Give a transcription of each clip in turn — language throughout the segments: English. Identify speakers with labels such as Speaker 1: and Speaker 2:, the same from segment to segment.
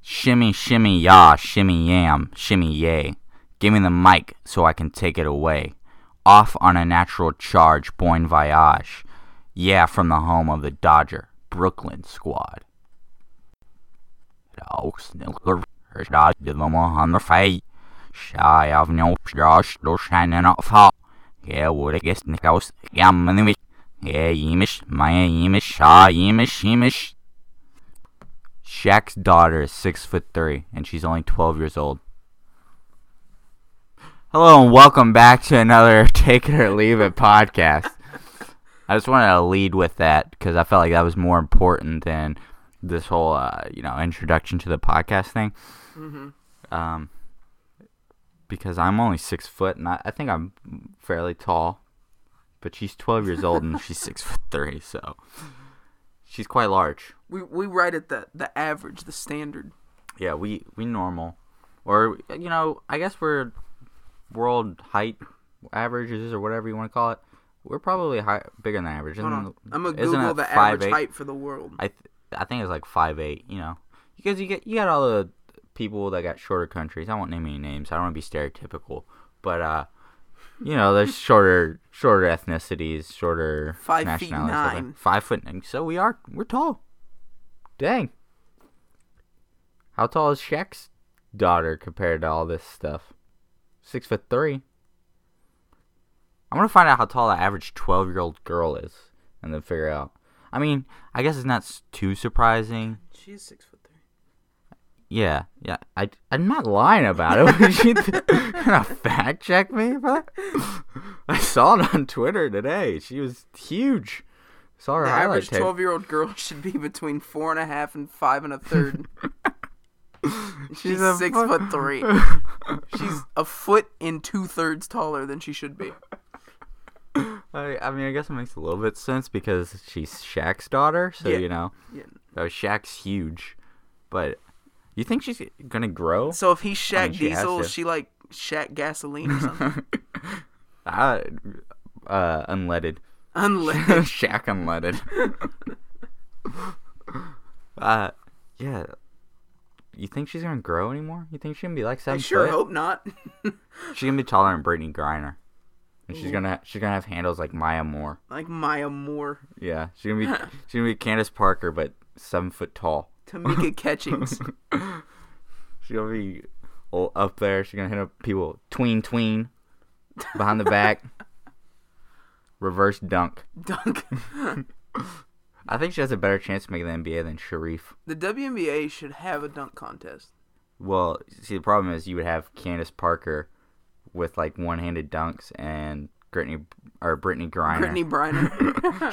Speaker 1: Shimmy, shimmy, yah, shimmy, yam, shimmy, yay. Give me the mic so I can take it away. Off on a natural charge, bon voyage. Yeah, from the home of the Dodger, Brooklyn squad. Dog snooker, dog to them on the fight. Shy of no josh, no shining off hot. Yeah, would I guess Nichols, Yamanish. Yeah, Yemish, my Yemish, ah, Yemish, Yemish. Shaq's daughter is six foot three, and she's only 12 years old. Hello, and welcome back to another Take It or Leave It podcast. I just wanted to lead with that because I felt like that was more important than this whole, uh, you know, introduction to the podcast thing. Um, because I'm only six foot, and I, I think I'm fairly tall. But she's 12 years old, and she's six foot three, so she's quite large.
Speaker 2: We we write at the the average, the standard.
Speaker 1: Yeah, we we normal, or you know, I guess we're world height averages or whatever you want to call it. We're probably high, bigger than average.
Speaker 2: Hold on.
Speaker 1: Isn't-
Speaker 2: I'm gonna
Speaker 1: isn't
Speaker 2: Google
Speaker 1: it
Speaker 2: the
Speaker 1: 5'8"?
Speaker 2: average height for the world.
Speaker 1: I th- I think it's like five eight. You know, because you get you got all the people that got shorter countries. I won't name any names. I don't want to be stereotypical, but uh, you know, there's shorter shorter ethnicities, shorter
Speaker 2: Five feet
Speaker 1: nationalities. whatever.
Speaker 2: nine.
Speaker 1: Five foot nine. So we are we're tall. Dang. How tall is Shaq's daughter compared to all this stuff? Six foot three. I'm gonna find out how tall the average 12 year old girl is, and then figure out. I mean, I guess it's not s- too surprising.
Speaker 2: She's six foot three.
Speaker 1: Yeah, yeah. I I'm not lying about it. Would you th- gonna fact check me? But I saw it on Twitter today. She was huge. Saw her
Speaker 2: The
Speaker 1: highlight
Speaker 2: average
Speaker 1: tape.
Speaker 2: twelve year old girl should be between four and a half and five and a third. She's
Speaker 1: a
Speaker 2: six
Speaker 1: fu-
Speaker 2: foot three. She's a foot and two thirds taller than she should be.
Speaker 1: I, I mean, I guess it makes a little bit sense because she's Shaq's daughter, so
Speaker 2: Yeah.
Speaker 1: you know,
Speaker 2: Yeah.
Speaker 1: uh, Shaq's huge. But you think she's gonna grow?
Speaker 2: So if he's Shaq
Speaker 1: I mean, she has
Speaker 2: Diesel,
Speaker 1: to.
Speaker 2: is she like Shaq gasoline or something?
Speaker 1: uh, uh, unleaded.
Speaker 2: Unless
Speaker 1: Shaq unleaded. uh, yeah. You think she's gonna grow anymore? You think she's gonna be like
Speaker 2: I
Speaker 1: seven
Speaker 2: sure
Speaker 1: foot?
Speaker 2: hope not.
Speaker 1: She's gonna be taller than Brittany Griner, and she's gonna she's gonna have handles like Maya Moore.
Speaker 2: like Maya Moore,
Speaker 1: Yeah, she's gonna be she's gonna be Candace Parker, but seven foot tall.
Speaker 2: Tamika Catchings.
Speaker 1: She's gonna be all up there. She's gonna hit up people tween tween behind the back, reverse dunk.
Speaker 2: Dunk.
Speaker 1: I think she has a better chance of making the NBA than Sharif.
Speaker 2: The WNBA should have a dunk contest.
Speaker 1: Well, see, the problem is you would have Candace Parker with like one-handed dunks and Brittany or Brittany Griner.
Speaker 2: Brittany Briner.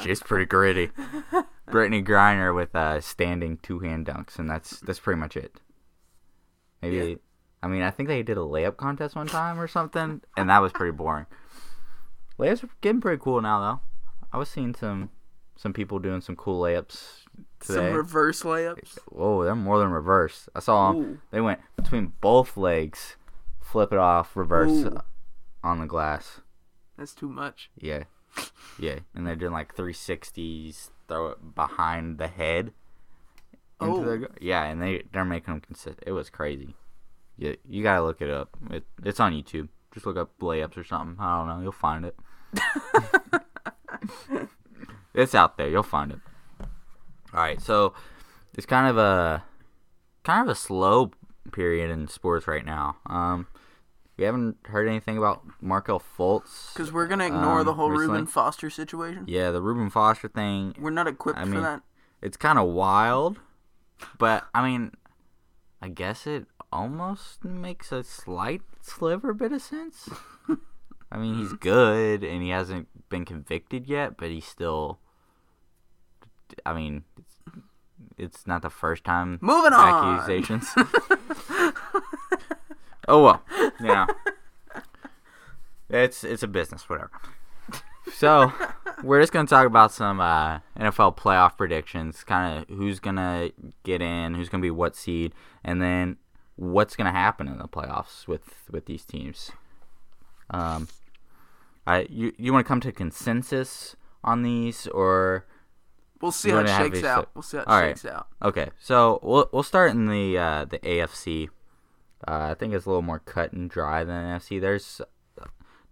Speaker 1: She's pretty gritty. Brittany Griner with uh, standing two-hand dunks, and that's that's pretty much it. Maybe,
Speaker 2: Yeah.
Speaker 1: I mean, I think they did a layup contest one time or something, and that was pretty boring. Layups are getting pretty cool now, though. I was seeing some some people doing some cool layups today.
Speaker 2: Some reverse layups.
Speaker 1: Whoa, they're more than reverse. I saw 'em-
Speaker 2: Ooh.
Speaker 1: they went between both legs, flip it off, reverse
Speaker 2: Ooh.
Speaker 1: on the glass.
Speaker 2: That's too much.
Speaker 1: Yeah, yeah. And they're doing like 360s, throw it behind the head. into
Speaker 2: Oh.
Speaker 1: the go- yeah, and they they're making them consistent. It was crazy. You you gotta look it up. It, it's on YouTube. Just look up layups or something. I don't know. You'll find it. it's out there. You'll find it. All right, so it's kind of a kind of a slow period in sports right now. Um, we haven't heard anything about Markel Fultz.
Speaker 2: Because we're gonna ignore
Speaker 1: Um,
Speaker 2: the whole
Speaker 1: recently-
Speaker 2: Reuben Foster situation.
Speaker 1: yeah, the Ruben Foster thing.
Speaker 2: We're not equipped
Speaker 1: I
Speaker 2: for
Speaker 1: mean-
Speaker 2: that.
Speaker 1: It's kind of wild, but I mean, I guess it almost makes a slight sliver bit of sense. I mean, he's good and he hasn't been convicted yet, but he's still. I mean, it's, it's not the first time.
Speaker 2: Moving on.
Speaker 1: accusations. oh well, yeah. It's it's a business, whatever. So we're just gonna talk about some uh, NFL playoff predictions, kind of who's gonna get in, who's gonna be what seed, and then what's gonna happen in the playoffs with with these teams. Um, I you you want to come to consensus on these, or
Speaker 2: We'll see
Speaker 1: You
Speaker 2: how it
Speaker 1: wanna have
Speaker 2: shakes
Speaker 1: these
Speaker 2: out.
Speaker 1: set-
Speaker 2: We'll see how it
Speaker 1: All right.
Speaker 2: shakes out.
Speaker 1: Okay, so we'll we'll start in the uh, the AFC. Uh, I think it's a little more cut and dry than NFC. There's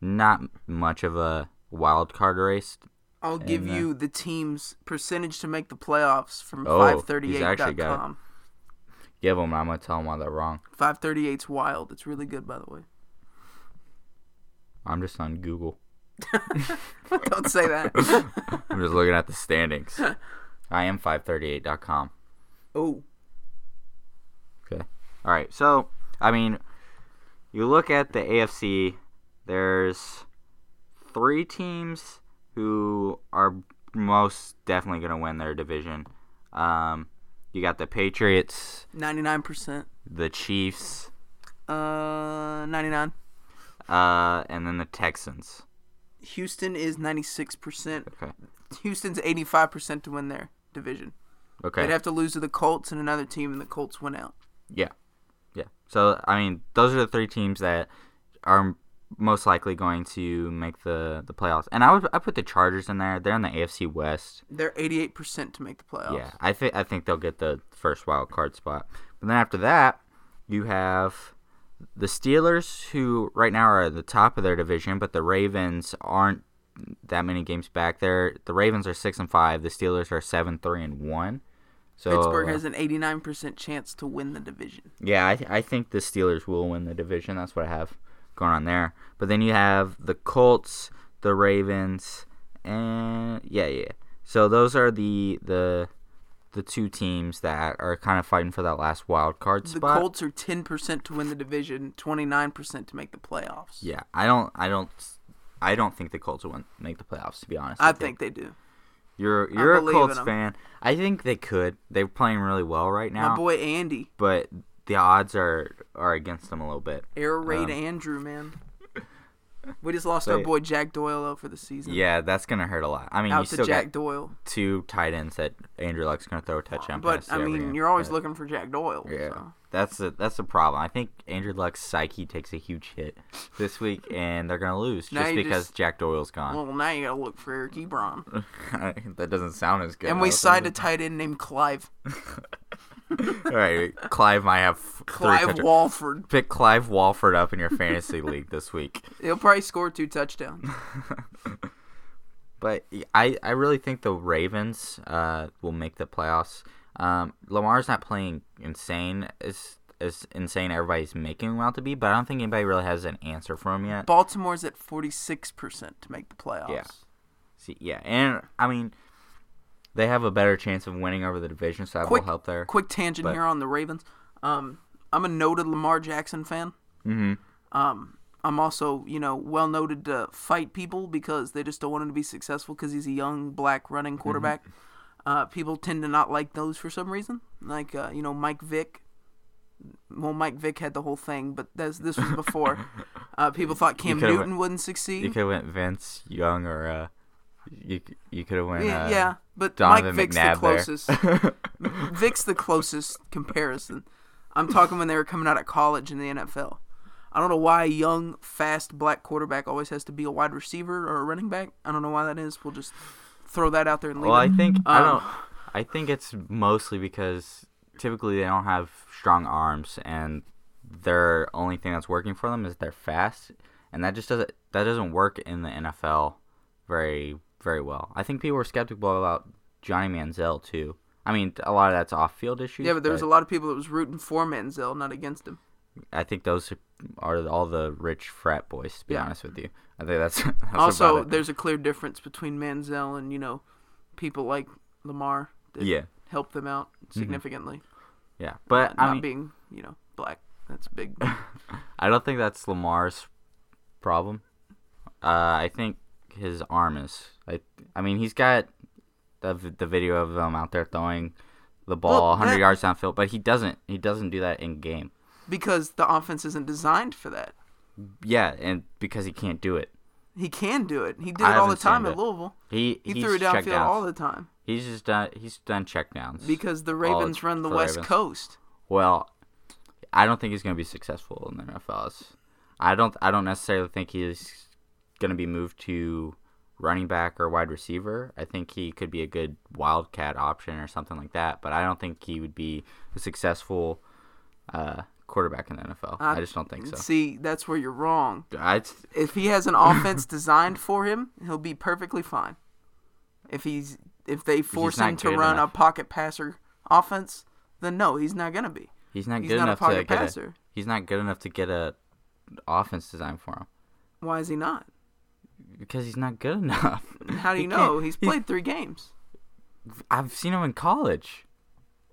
Speaker 1: not much of a wild card race.
Speaker 2: I'll give
Speaker 1: And, uh,
Speaker 2: you the team's percentage to make the playoffs from
Speaker 1: Oh, he's actually got it.
Speaker 2: 538.com.
Speaker 1: Give them. I'm gonna tell them why they're wrong.
Speaker 2: 538's wild. It's really good, by the way.
Speaker 1: I'm just on Google.
Speaker 2: Don't say that.
Speaker 1: I'm just looking at the standings. I am 538.com.
Speaker 2: oh,
Speaker 1: Okay. All right. So, I mean, you look at the AFC, there's three teams who are most definitely going to win their division. Um, you got the Patriots,
Speaker 2: 99%.
Speaker 1: the Chiefs,
Speaker 2: Uh, 99.
Speaker 1: uh, and then the Texans.
Speaker 2: Houston is 96%.
Speaker 1: Okay.
Speaker 2: Houston's 85% to win their division. They'd
Speaker 1: Okay.
Speaker 2: have to lose to the Colts and another team, and the Colts went out.
Speaker 1: yeah. Yeah. So, I mean, those are the three teams that are most likely going to make the, the playoffs. And I would I put the Chargers in there. They're in the AFC West.
Speaker 2: They're 88% to make the playoffs.
Speaker 1: Yeah, I think I think they'll get the first wild card spot. But then after that, you have the Steelers, who right now are at the top of their division, but the Ravens aren't that many games back. There, the Ravens are six and five. The Steelers are seven three and one. So
Speaker 2: Pittsburgh
Speaker 1: uh,
Speaker 2: has an 89% chance to win the division.
Speaker 1: yeah, I, I think the Steelers will win the division. That's what I have going on there. But then you have the Colts, the Ravens, and yeah, yeah. So those are the the the two teams that are kind of fighting for that last wild card
Speaker 2: The
Speaker 1: spot.
Speaker 2: Colts are 10% to win the division, 29% to make the playoffs.
Speaker 1: yeah, I don't, I don't, I don't think the Colts will win, make the playoffs. To be honest,
Speaker 2: I
Speaker 1: with you.
Speaker 2: think they do.
Speaker 1: you're you're a
Speaker 2: believe in
Speaker 1: Colts
Speaker 2: 'em.
Speaker 1: fan. I think they could. They're playing really well right now,
Speaker 2: My boy Andy,
Speaker 1: but the odds are are against them a little bit.
Speaker 2: air raid
Speaker 1: Um,
Speaker 2: Andrew, man. We just lost our
Speaker 1: They-
Speaker 2: boy Jack Doyle out for the season.
Speaker 1: Yeah, that's gonna hurt a lot. I mean, you
Speaker 2: out to
Speaker 1: still
Speaker 2: Jack
Speaker 1: got
Speaker 2: Doyle.
Speaker 1: two tight ends that Andrew Luck's going to throw a touchdown
Speaker 2: But
Speaker 1: pass to
Speaker 2: I
Speaker 1: every
Speaker 2: mean,
Speaker 1: game.
Speaker 2: you're always
Speaker 1: But,
Speaker 2: looking for Jack Doyle.
Speaker 1: yeah.
Speaker 2: so.
Speaker 1: That's the that's the problem. I think Andrew Luck's psyche takes a huge hit this week, and they're going to lose
Speaker 2: Now
Speaker 1: just
Speaker 2: you
Speaker 1: because
Speaker 2: just-
Speaker 1: Jack Doyle's gone.
Speaker 2: Well, now you gotta look for Eric Ebron.
Speaker 1: that doesn't sound as good.
Speaker 2: and we
Speaker 1: though.
Speaker 2: signed a tight end named Clive.
Speaker 1: All right, Clive might have f- three
Speaker 2: Clive
Speaker 1: touchdowns.
Speaker 2: Walford.
Speaker 1: Pick Clive Walford up in your fantasy league this week.
Speaker 2: He'll probably score two touchdowns.
Speaker 1: But I, I really think the Ravens uh, will make the playoffs. Um, Lamar's not playing insane as as insane everybody's making him out to be, but I don't think anybody really has an answer for him yet.
Speaker 2: Baltimore's at 46% to make the playoffs.
Speaker 1: Yeah. See, yeah, and I mean, they have a better chance of winning over the division, so that
Speaker 2: Quick-
Speaker 1: will help there.
Speaker 2: Quick tangent
Speaker 1: But-
Speaker 2: here on the Ravens. Um, I'm a noted Lamar Jackson fan.
Speaker 1: hmm
Speaker 2: Um, I'm also, you know, well noted to fight people because they just don't want him to be successful because he's a young black
Speaker 1: Mm-hmm.
Speaker 2: running quarterback. Uh, people tend to not like those for some reason. Like, uh, you know, Mike Vick. Well, Mike Vick had the whole thing, but this this was before. uh, people thought Cam
Speaker 1: could've
Speaker 2: Newton wouldn't succeed.
Speaker 1: You could have went Vince Young or uh, you you uh, could have went
Speaker 2: yeah,
Speaker 1: uh,
Speaker 2: yeah, but
Speaker 1: Donovan
Speaker 2: Mike Vick's
Speaker 1: McNabb
Speaker 2: the closest.
Speaker 1: there.
Speaker 2: Vic's the closest comparison. I'm talking when they were coming out of college in the NFL. I don't know why a young, fast black quarterback always has to be a wide receiver or a running back. I don't know why that is. We'll just throw that out there and leave
Speaker 1: Well, I
Speaker 2: it.
Speaker 1: think I
Speaker 2: Um,
Speaker 1: don't. I think it's mostly because typically they don't have strong arms, and their only thing that's working for them is they're fast, and that just doesn't that doesn't work in the NFL very very well. I think people were skeptical about Johnny Manziel too. I mean, a lot of that's off field issues.
Speaker 2: yeah, but there was a lot of people that was rooting for Manziel, not against him.
Speaker 1: I think those are all the rich frat boys. To be
Speaker 2: Yeah.
Speaker 1: honest with you, I think that's, that's
Speaker 2: also,
Speaker 1: about it.
Speaker 2: there's a clear difference between Manziel and you know people like Lamar that
Speaker 1: yeah,
Speaker 2: helped them out significantly.
Speaker 1: yeah, but
Speaker 2: Not
Speaker 1: Mm-hmm. I mean,
Speaker 2: being you know black, that's a big.
Speaker 1: I don't think that's Lamar's problem. Uh, I think his arm is. I I mean, he's got the v- the video of him out there throwing the ball
Speaker 2: Well,
Speaker 1: 100
Speaker 2: that-
Speaker 1: yards downfield, but he doesn't. He doesn't do that in game.
Speaker 2: because the offense isn't designed for that.
Speaker 1: Yeah, and because he can't do it,
Speaker 2: He can do it. He did
Speaker 1: I
Speaker 2: it all the
Speaker 1: haven't
Speaker 2: time
Speaker 1: seen
Speaker 2: at
Speaker 1: it.
Speaker 2: Louisville.
Speaker 1: he
Speaker 2: He
Speaker 1: he's
Speaker 2: threw it
Speaker 1: checked
Speaker 2: downfield all the time
Speaker 1: He's just done. He's done checkdowns.
Speaker 2: because the
Speaker 1: All
Speaker 2: Ravens
Speaker 1: it's
Speaker 2: run the
Speaker 1: for
Speaker 2: West
Speaker 1: Ravens.
Speaker 2: Coast.
Speaker 1: Well, I don't think he's going to be successful in the NFL. I don't. I don't necessarily think he's going to be moved to running back or wide receiver. I think he could be a good wildcat option or something like that, but I don't think he would be a successful uh, quarterback in the NFL. I just don't think so.
Speaker 2: See, that's where you're wrong.
Speaker 1: I,
Speaker 2: If he has an offense designed for him, he'll be perfectly fine. If he's if they force
Speaker 1: not
Speaker 2: him to
Speaker 1: good
Speaker 2: run
Speaker 1: enough.
Speaker 2: a pocket passer offense, then no, he's not gonna be.
Speaker 1: he's not
Speaker 2: He's
Speaker 1: good
Speaker 2: not a
Speaker 1: enough to
Speaker 2: pocket
Speaker 1: get a,
Speaker 2: passer.
Speaker 1: He's not good enough to get a offense designed for him
Speaker 2: Why is he not?
Speaker 1: because he's not good enough.
Speaker 2: How do
Speaker 1: He
Speaker 2: you
Speaker 1: can't-
Speaker 2: know? He's played three games,
Speaker 1: I've seen him in college.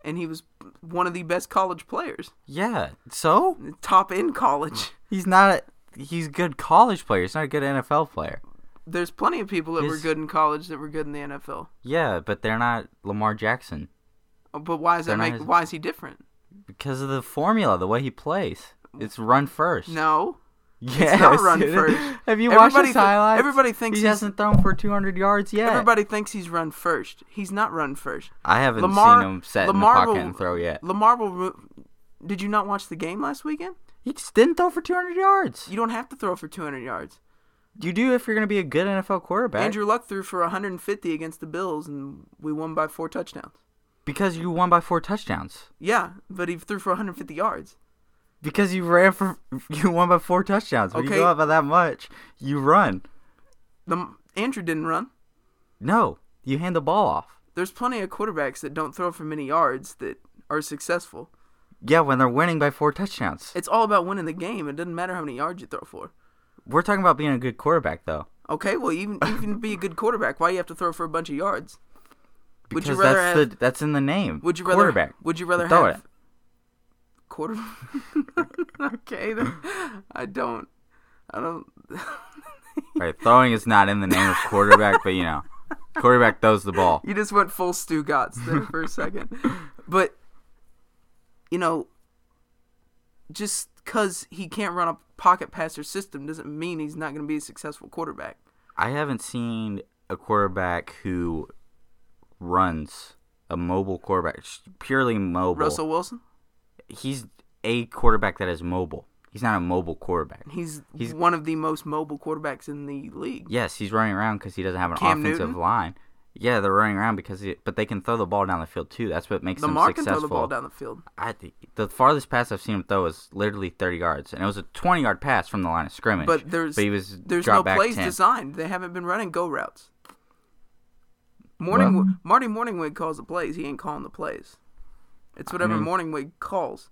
Speaker 2: and he was one of the best college players,
Speaker 1: Yeah. So
Speaker 2: top in college.
Speaker 1: he's not. A, he's a good college player. He's not a good NFL player.
Speaker 2: There's plenty of people that were
Speaker 1: Yes.
Speaker 2: good in college that were good in the NFL.
Speaker 1: Yeah, but they're not Lamar Jackson
Speaker 2: But why does
Speaker 1: They're
Speaker 2: that
Speaker 1: not
Speaker 2: make?
Speaker 1: his-
Speaker 2: Why is he different?
Speaker 1: because of the formula, the way he plays. It's run first.
Speaker 2: No,
Speaker 1: yes,
Speaker 2: not run
Speaker 1: it is.
Speaker 2: first.
Speaker 1: Have you
Speaker 2: Everybody
Speaker 1: watched his
Speaker 2: thi-
Speaker 1: highlights?
Speaker 2: everybody thinks
Speaker 1: he
Speaker 2: he's-
Speaker 1: hasn't thrown for 200 yards yet.
Speaker 2: everybody thinks he's run first. He's not run first.
Speaker 1: I haven't
Speaker 2: Lamar-
Speaker 1: seen him set
Speaker 2: Lamar
Speaker 1: in the pocket
Speaker 2: will-
Speaker 1: and throw yet.
Speaker 2: Lamar will. Ro- Did you not watch the game last weekend?
Speaker 1: He just didn't throw for 200 yards.
Speaker 2: You don't have to throw for 200 yards.
Speaker 1: You do if you're going to be a good NFL quarterback
Speaker 2: Andrew Luck threw for 150 against the Bills, and we won by four touchdowns.
Speaker 1: because you won by four touchdowns.
Speaker 2: Yeah, but he threw for 150 yards.
Speaker 1: Because you ran for you won by four touchdowns. When
Speaker 2: Okay.
Speaker 1: you go up by that much, you run.
Speaker 2: The Andrew didn't run.
Speaker 1: No, you hand the ball off.
Speaker 2: There's plenty of quarterbacks that don't throw for many yards that are successful.
Speaker 1: Yeah, when they're winning by four touchdowns.
Speaker 2: It's all about winning the game. It doesn't matter how many yards you throw for.
Speaker 1: We're talking about being a good quarterback though.
Speaker 2: Okay, well, even even to be a good quarterback, why do you have to throw for a bunch of yards? Would
Speaker 1: Because
Speaker 2: you rather
Speaker 1: that's
Speaker 2: have-
Speaker 1: the that's in the name.
Speaker 2: Would you rather
Speaker 1: quarterback?
Speaker 2: Would you rather
Speaker 1: Throw
Speaker 2: have
Speaker 1: it.
Speaker 2: quarter? okay, then. I don't. I don't.
Speaker 1: Right, throwing is not in the name of quarterback, but you know, quarterback throws the ball.
Speaker 2: You just went full Stu Gotts there for a second, but you know, just because he can't run a pocket passer system doesn't mean he's not going to be a successful quarterback.
Speaker 1: I haven't seen a quarterback who runs a mobile quarterback s- purely mobile.
Speaker 2: Russell Wilson,
Speaker 1: He's a quarterback that is mobile. He's not a mobile quarterback.
Speaker 2: he's,
Speaker 1: He's-
Speaker 2: one of the most mobile quarterbacks in the league.
Speaker 1: Yes, he's running around because he doesn't have an
Speaker 2: Cam
Speaker 1: offensive
Speaker 2: Newton?
Speaker 1: line. Yeah, they're running around because, he, but they can throw the ball down the field too. That's what makes them
Speaker 2: Lamar can
Speaker 1: successful.
Speaker 2: throw the ball down the field.
Speaker 1: I think the farthest pass I've seen him throw was literally 30 yards, and it was a 20 yard pass from the line of scrimmage.
Speaker 2: But there's
Speaker 1: he was
Speaker 2: there's
Speaker 1: dropped
Speaker 2: no
Speaker 1: back
Speaker 2: plays
Speaker 1: 10.
Speaker 2: designed. They haven't been running go routes. Morning Marty Morningwig calls the plays. He ain't calling the plays. It's whatever
Speaker 1: mean-
Speaker 2: Morningwig calls.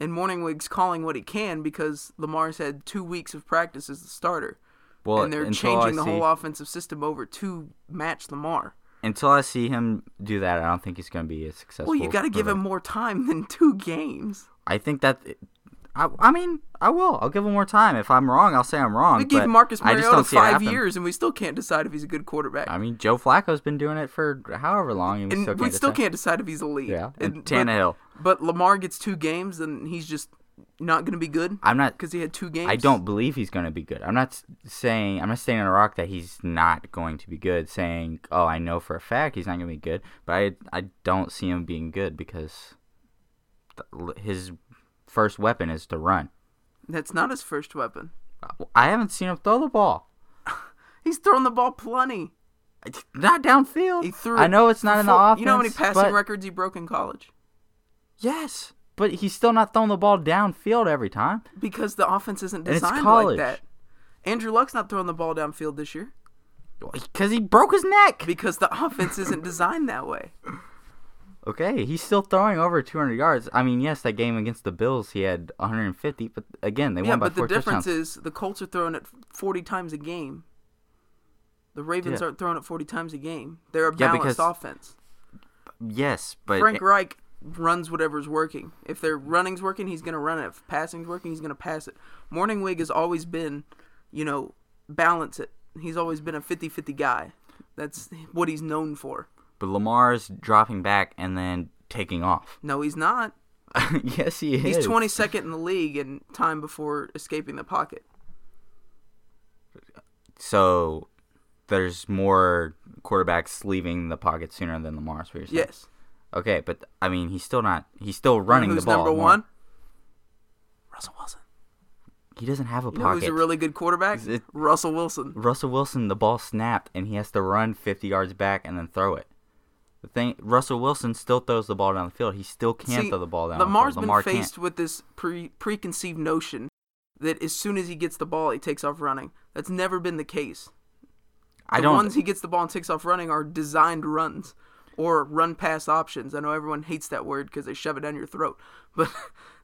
Speaker 2: And Morningwig's calling what he can because Lamar's had two weeks of practice as the starter,
Speaker 1: Well,
Speaker 2: and they're
Speaker 1: until I
Speaker 2: changing the
Speaker 1: see-
Speaker 2: whole offensive system over to match Lamar.
Speaker 1: Until I see him do that, I don't think he's going to be as successful.
Speaker 2: Well, you got to give
Speaker 1: quarterback.
Speaker 2: him more time than two games.
Speaker 1: I think that. I, I mean, I will. I'll give him more time. If I'm wrong, I'll say I'm wrong.
Speaker 2: We gave
Speaker 1: but
Speaker 2: Marcus
Speaker 1: I just
Speaker 2: Mariota
Speaker 1: don't see it
Speaker 2: five
Speaker 1: happen.
Speaker 2: years, and we still can't decide if he's a good quarterback.
Speaker 1: I mean, Joe Flacco's been doing it for however long, and we
Speaker 2: and
Speaker 1: still can't.
Speaker 2: we still
Speaker 1: decide.
Speaker 2: can't decide if he's elite.
Speaker 1: Yeah, and,
Speaker 2: but-
Speaker 1: Tannehill.
Speaker 2: But, Lamar gets two games, and he's just not going to be good
Speaker 1: I'm not.
Speaker 2: because he had two games.
Speaker 1: I don't believe he's going to be good. I'm not s- saying I'm not staying on a rock that he's not going to be good. Saying, oh, I know for a fact he's not going to be good, but I I don't see him being good because th- his first weapon is to run.
Speaker 2: That's not his first weapon.
Speaker 1: I haven't seen him throw the ball.
Speaker 2: He's thrown the ball plenty.
Speaker 1: It's Not downfield.
Speaker 2: He threw.
Speaker 1: I know it's not in the
Speaker 2: four-
Speaker 1: offense.
Speaker 2: You know how many passing
Speaker 1: but-
Speaker 2: records he broke in college
Speaker 1: Yes, but he's still not throwing the ball downfield every time.
Speaker 2: because the offense isn't
Speaker 1: it's
Speaker 2: designed like
Speaker 1: college.
Speaker 2: that. Andrew Luck's not throwing the ball downfield this year
Speaker 1: Because he broke his neck.
Speaker 2: because the offense isn't designed that way.
Speaker 1: Okay, he's still throwing over 200 yards. I mean, yes, that game against the Bills, he had 150, but again, they
Speaker 2: Yeah,
Speaker 1: won by
Speaker 2: but the
Speaker 1: four
Speaker 2: difference
Speaker 1: touchdowns.
Speaker 2: is the Colts are throwing it 40 times a game. The Ravens
Speaker 1: Yeah.
Speaker 2: aren't throwing it 40 times a game. They're a
Speaker 1: Yeah,
Speaker 2: balanced
Speaker 1: because-
Speaker 2: offense.
Speaker 1: yes, but
Speaker 2: Frank Reich runs whatever's working. If their running's working, he's going to run it. If passing's working, he's going to pass it. Morningwig has always been, you know, balance it. He's always been a 50-50 guy. That's what he's known for.
Speaker 1: but Lamar's dropping back and then taking off.
Speaker 2: No, he's not.
Speaker 1: yes, he is.
Speaker 2: He's 22nd in the league in time before escaping the pocket.
Speaker 1: So there's more quarterbacks leav's the pocket sooner than Lamar's. For yourself.
Speaker 2: Yes.
Speaker 1: Okay, but I mean, he's still not. He's still running
Speaker 2: Who's
Speaker 1: the ball.
Speaker 2: number
Speaker 1: more.
Speaker 2: one? Russell Wilson.
Speaker 1: He doesn't have a
Speaker 2: You know
Speaker 1: pocket.
Speaker 2: who's a really good quarterback?
Speaker 1: It-
Speaker 2: Russell Wilson.
Speaker 1: Russell Wilson, the ball snapped, and he has to run 50 yards back and then throw it. The thing, Russell Wilson still throws the ball down the field. He still can't
Speaker 2: See,
Speaker 1: throw the ball down.
Speaker 2: Lamar's
Speaker 1: the field.
Speaker 2: been
Speaker 1: Lamar
Speaker 2: faced
Speaker 1: Can't.
Speaker 2: with this pre- preconceived notion that as soon as he gets the ball, he takes off running. That's never been the case. The
Speaker 1: I don't.
Speaker 2: ones he gets the ball and takes off running are designed runs or run pass options. I know everyone hates that word because they shove it down your throat, but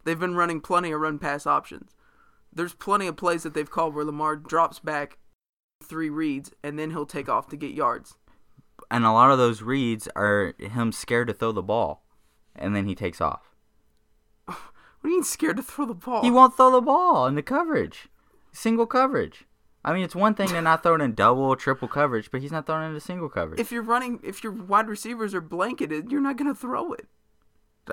Speaker 2: they've been running plenty of run pass options. There's plenty of plays that they've called where Lamar drops back three reads and then he'll take off to get yards.
Speaker 1: and a lot of those reads are him scared to throw the ball, and then he takes off.
Speaker 2: What do you mean scared to throw the ball?
Speaker 1: He won't throw the ball in the coverage, single coverage. I mean, it's one thing to not throw it in double, triple coverage, but he's not throwing it into single coverage.
Speaker 2: if you're running, if your wide receivers are blanketed, you're not going to throw it.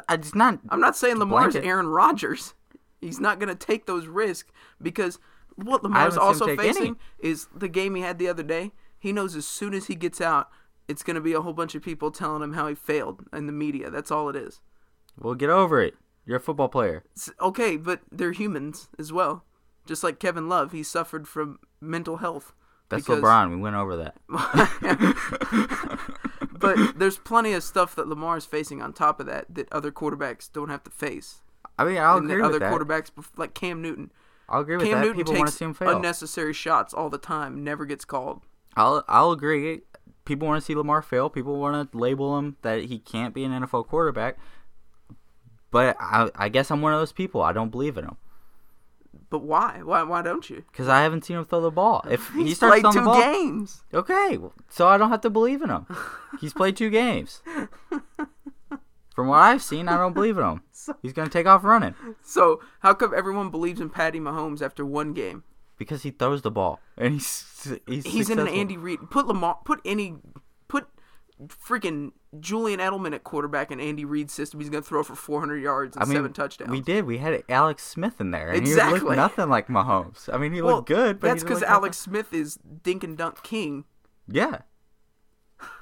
Speaker 1: it's not.
Speaker 2: I'm uh, not saying Lamar's
Speaker 1: Blanket.
Speaker 2: Aaron Rodgers. He's not going to take those risks because what Lamar's
Speaker 1: haven't seen
Speaker 2: also
Speaker 1: him take any.
Speaker 2: facing is the game he had the other day. He knows as soon as he gets out, it's going to be a whole bunch of people telling him how he failed in the media. That's all it is.
Speaker 1: Well, get over it. You're a football player.
Speaker 2: It's- okay, but they're humans as well. Just like Kevin Love, he suffered from mental health.
Speaker 1: That's
Speaker 2: because-
Speaker 1: LeBron. We went over that.
Speaker 2: But there's plenty of stuff that Lamar's facing on top of that that other quarterbacks don't have to face.
Speaker 1: I mean, I'll
Speaker 2: and
Speaker 1: agree
Speaker 2: that
Speaker 1: with
Speaker 2: other
Speaker 1: that.
Speaker 2: quarterbacks, bef- like Cam Newton,
Speaker 1: I'll agree with
Speaker 2: Cam
Speaker 1: that.
Speaker 2: Newton
Speaker 1: People want to
Speaker 2: takes
Speaker 1: see him fail.
Speaker 2: unnecessary shots all the time, never gets called.
Speaker 1: I'll I'll agree. People want to see Lamar fail. People want to label him that he can't be an NFL quarterback. But I, I guess I'm one of those people. I don't believe in him
Speaker 2: But why? Why? Why don't you?
Speaker 1: because I haven't seen him throw the ball. If he
Speaker 2: He's
Speaker 1: starts
Speaker 2: played
Speaker 1: throwing
Speaker 2: two
Speaker 1: the ball,
Speaker 2: games.
Speaker 1: okay, well, so I don't have to believe in him. He's played two games. From what I've seen, I don't believe in him. He's gonna take off running
Speaker 2: So how come everyone believes in Patty Mahomes after one game?
Speaker 1: because he throws the ball and he's he's
Speaker 2: He's in an
Speaker 1: successful.
Speaker 2: Andy Reid. Put Lamar. Put any. Put freaking Julian Edelman at quarterback in Andy Reid's system. He's gonna throw for 400 yards and seven touchdowns.
Speaker 1: We did. We had Alex Smith in there, and he
Speaker 2: Exactly.
Speaker 1: looked nothing like Mahomes. I mean, he
Speaker 2: well,
Speaker 1: looked good, but he
Speaker 2: that's
Speaker 1: didn't
Speaker 2: because
Speaker 1: look
Speaker 2: Alex Smith is dink and dunk king.
Speaker 1: nothing- Yeah,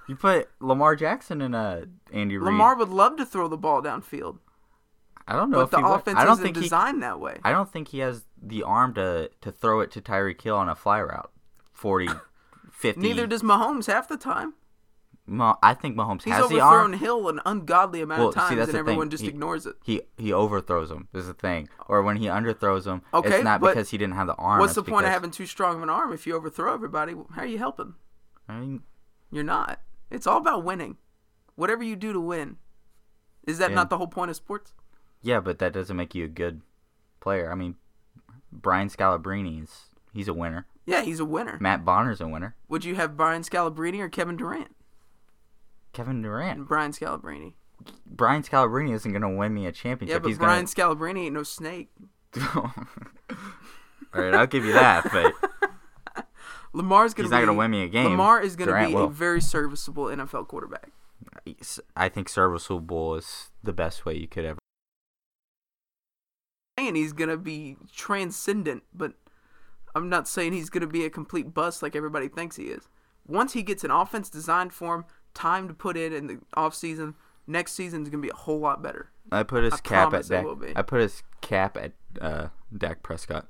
Speaker 1: you put Lamar Jackson in a Andy Reid.
Speaker 2: Lamar would love to throw the ball downfield,
Speaker 1: I don't know
Speaker 2: but
Speaker 1: if
Speaker 2: the
Speaker 1: he would.
Speaker 2: offense
Speaker 1: I don't
Speaker 2: isn't
Speaker 1: think he.
Speaker 2: designed that way.
Speaker 1: I don't think he has the arm to to throw it to Tyreek Hill on a fly route, 40, 50.
Speaker 2: Neither does Mahomes half the time.
Speaker 1: Ma- I think Mahomes
Speaker 2: He's
Speaker 1: has the
Speaker 2: overthrown
Speaker 1: arm.
Speaker 2: Hill an ungodly amount
Speaker 1: Well,
Speaker 2: of
Speaker 1: see,
Speaker 2: times,
Speaker 1: that's
Speaker 2: and
Speaker 1: the
Speaker 2: everyone
Speaker 1: thing.
Speaker 2: just
Speaker 1: He-
Speaker 2: ignores it.
Speaker 1: He he overthrows him. Is the thing, or when he underthrows him,
Speaker 2: Okay,
Speaker 1: it's not
Speaker 2: but
Speaker 1: because he didn't have the arm.
Speaker 2: What's
Speaker 1: it's
Speaker 2: the point of
Speaker 1: because-
Speaker 2: having too strong of an arm if you overthrow everybody? How are you helping?
Speaker 1: I mean,
Speaker 2: You're not. It's all about winning. Whatever you do to win, is that
Speaker 1: Yeah.
Speaker 2: not the whole point of sports?
Speaker 1: Yeah, but that doesn't make you a good player. I mean, Brian Scalabrine is he's a winner.
Speaker 2: Yeah, he's a winner.
Speaker 1: Matt Bonner's a winner.
Speaker 2: Would you have Brian Scalabrine or Kevin Durant?
Speaker 1: Kevin Durant.
Speaker 2: Brian Scalabrine.
Speaker 1: Brian Scalabrine isn't gonna win me a
Speaker 2: Yeah,
Speaker 1: championship.
Speaker 2: but
Speaker 1: he's
Speaker 2: Brian Scalabrine ain't no snake.
Speaker 1: gonna. All right, I'll give you that, but
Speaker 2: Lamar's gonna.
Speaker 1: He's not
Speaker 2: be-
Speaker 1: gonna win me a game.
Speaker 2: Lamar is gonna
Speaker 1: Durant
Speaker 2: be a
Speaker 1: will.
Speaker 2: very serviceable NFL quarterback.
Speaker 1: it's- I think serviceable is the best way you could ever.
Speaker 2: saying he's gonna be transcendent, but I'm not saying he's gonna be a complete bust like everybody thinks he is. Once he gets an offense designed for him, time to put in in the offseason, next season's gonna be a whole lot better.
Speaker 1: I put his
Speaker 2: I
Speaker 1: cap
Speaker 2: promise
Speaker 1: at
Speaker 2: it
Speaker 1: Dak.
Speaker 2: will be.
Speaker 1: I put his cap at uh, Dak Prescott.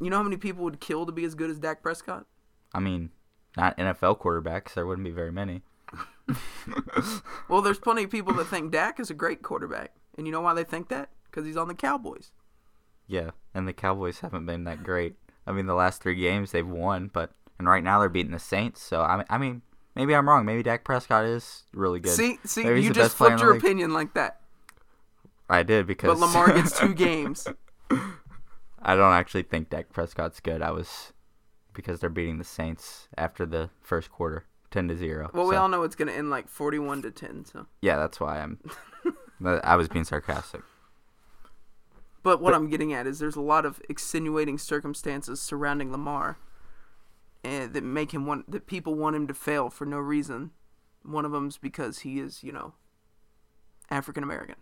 Speaker 2: You know how many people would kill to be as good as Dak Prescott?
Speaker 1: I mean, not NFL quarterbacks. There wouldn't be very many.
Speaker 2: Well, there's plenty of people that think Dak is a great quarterback, and you know why they think that? Because he's on the Cowboys.
Speaker 1: Yeah, and the Cowboys haven't been that great. I mean, the last three games they've won, but and right now they're beating the Saints. So I mean, I mean, maybe I'm wrong. Maybe Dak Prescott is really good.
Speaker 2: See, see,
Speaker 1: Maybe he's
Speaker 2: you
Speaker 1: the
Speaker 2: just
Speaker 1: best player in
Speaker 2: flipped
Speaker 1: the
Speaker 2: your
Speaker 1: league.
Speaker 2: opinion like that.
Speaker 1: I did because
Speaker 2: But Lamar gets two games.
Speaker 1: I don't actually think Dak Prescott's good. I was because they're beating the Saints after the first quarter, ten to zero.
Speaker 2: Well, we
Speaker 1: So,
Speaker 2: all know it's gonna end like 41 to 10. So.
Speaker 1: yeah, that's why I'm. but I was being sarcastic.
Speaker 2: But what I'm getting at is there's a lot of extenuating circumstances surrounding Lamar and that make him want that people want him to fail for no reason. One of them's because he is, you know, African American.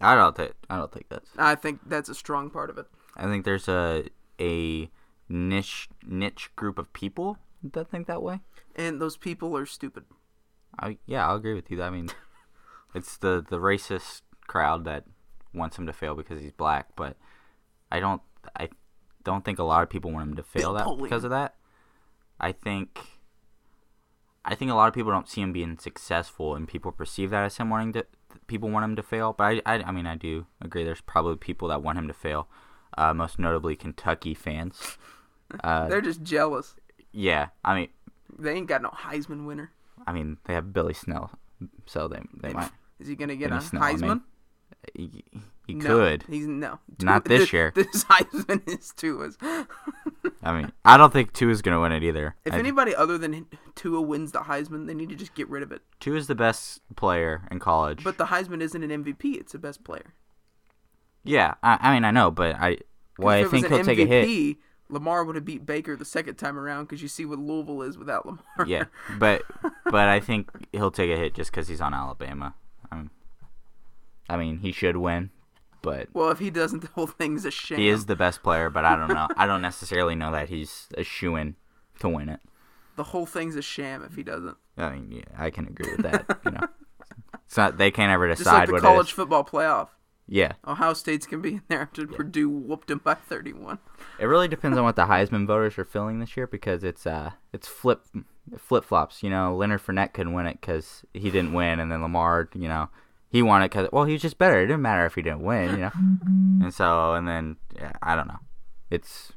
Speaker 1: I don't think I don't think that's.
Speaker 2: I think that's a strong part of it.
Speaker 1: I think there's a a niche niche group of people that think that way.
Speaker 2: And those people are stupid.
Speaker 1: I yeah, I'll agree with you. I mean, it's the the racist crowd that wants him to fail because he's black, but I don't. I don't think a lot of people want him to fail that
Speaker 2: Napoleon.
Speaker 1: because of that. I think I think a lot of people don't see him being successful, and people perceive that as him wanting to. People want him to fail, but I, I, I mean, I do agree. There's probably people that want him to fail, uh, most notably Kentucky fans. Uh,
Speaker 2: They're just jealous.
Speaker 1: yeah, I mean,
Speaker 2: They ain't got no Heisman winner.
Speaker 1: I mean, they have Billy Snell, so they they might.
Speaker 2: Is he gonna get
Speaker 1: Billy
Speaker 2: a
Speaker 1: Snell, I mean,
Speaker 2: Heisman?
Speaker 1: He, he
Speaker 2: no,
Speaker 1: could.
Speaker 2: He's no.
Speaker 1: Not
Speaker 2: Tua-
Speaker 1: this year.
Speaker 2: This Heisman is Tua's.
Speaker 1: I mean, I don't think two is gonna win it either.
Speaker 2: If
Speaker 1: I-
Speaker 2: anybody other than Tua wins the Heisman, they need to just get rid of it.
Speaker 1: Two is the best player in college.
Speaker 2: But the Heisman isn't an MVP; it's a best player.
Speaker 1: yeah, I, I mean I know, but I well I
Speaker 2: if
Speaker 1: think
Speaker 2: it was
Speaker 1: he'll
Speaker 2: an
Speaker 1: take a hit.
Speaker 2: MVP, Lamar would have beat Baker the second time around because you see what Louisville is without Lamar.
Speaker 1: Yeah, but but I think he'll take a hit just because he's on Alabama. I mean, I mean he should win, but
Speaker 2: Well, if he doesn't, the whole thing's a shame.
Speaker 1: he is the best player. But I don't know. I don't necessarily know that he's a shoo in to win it.
Speaker 2: The whole thing's a sham if he doesn't.
Speaker 1: I mean, yeah, I can agree with that. You know, it's not they can't ever
Speaker 2: Just
Speaker 1: decide
Speaker 2: like the
Speaker 1: what
Speaker 2: college
Speaker 1: it is.
Speaker 2: football playoff.
Speaker 1: Yeah,
Speaker 2: Ohio State's can be in there after Purdue whooped him by 31.
Speaker 1: It really depends on what the Heisman voters are feeling this year because it's uh it's flip flip flops. You know, Leonard Fournette couldn't win it because he didn't win, and then Lamar, you know, he won it because well he was just better. It didn't matter if he didn't win, you know.
Speaker 2: Mm-hmm.
Speaker 1: and so and then yeah, I don't know. It's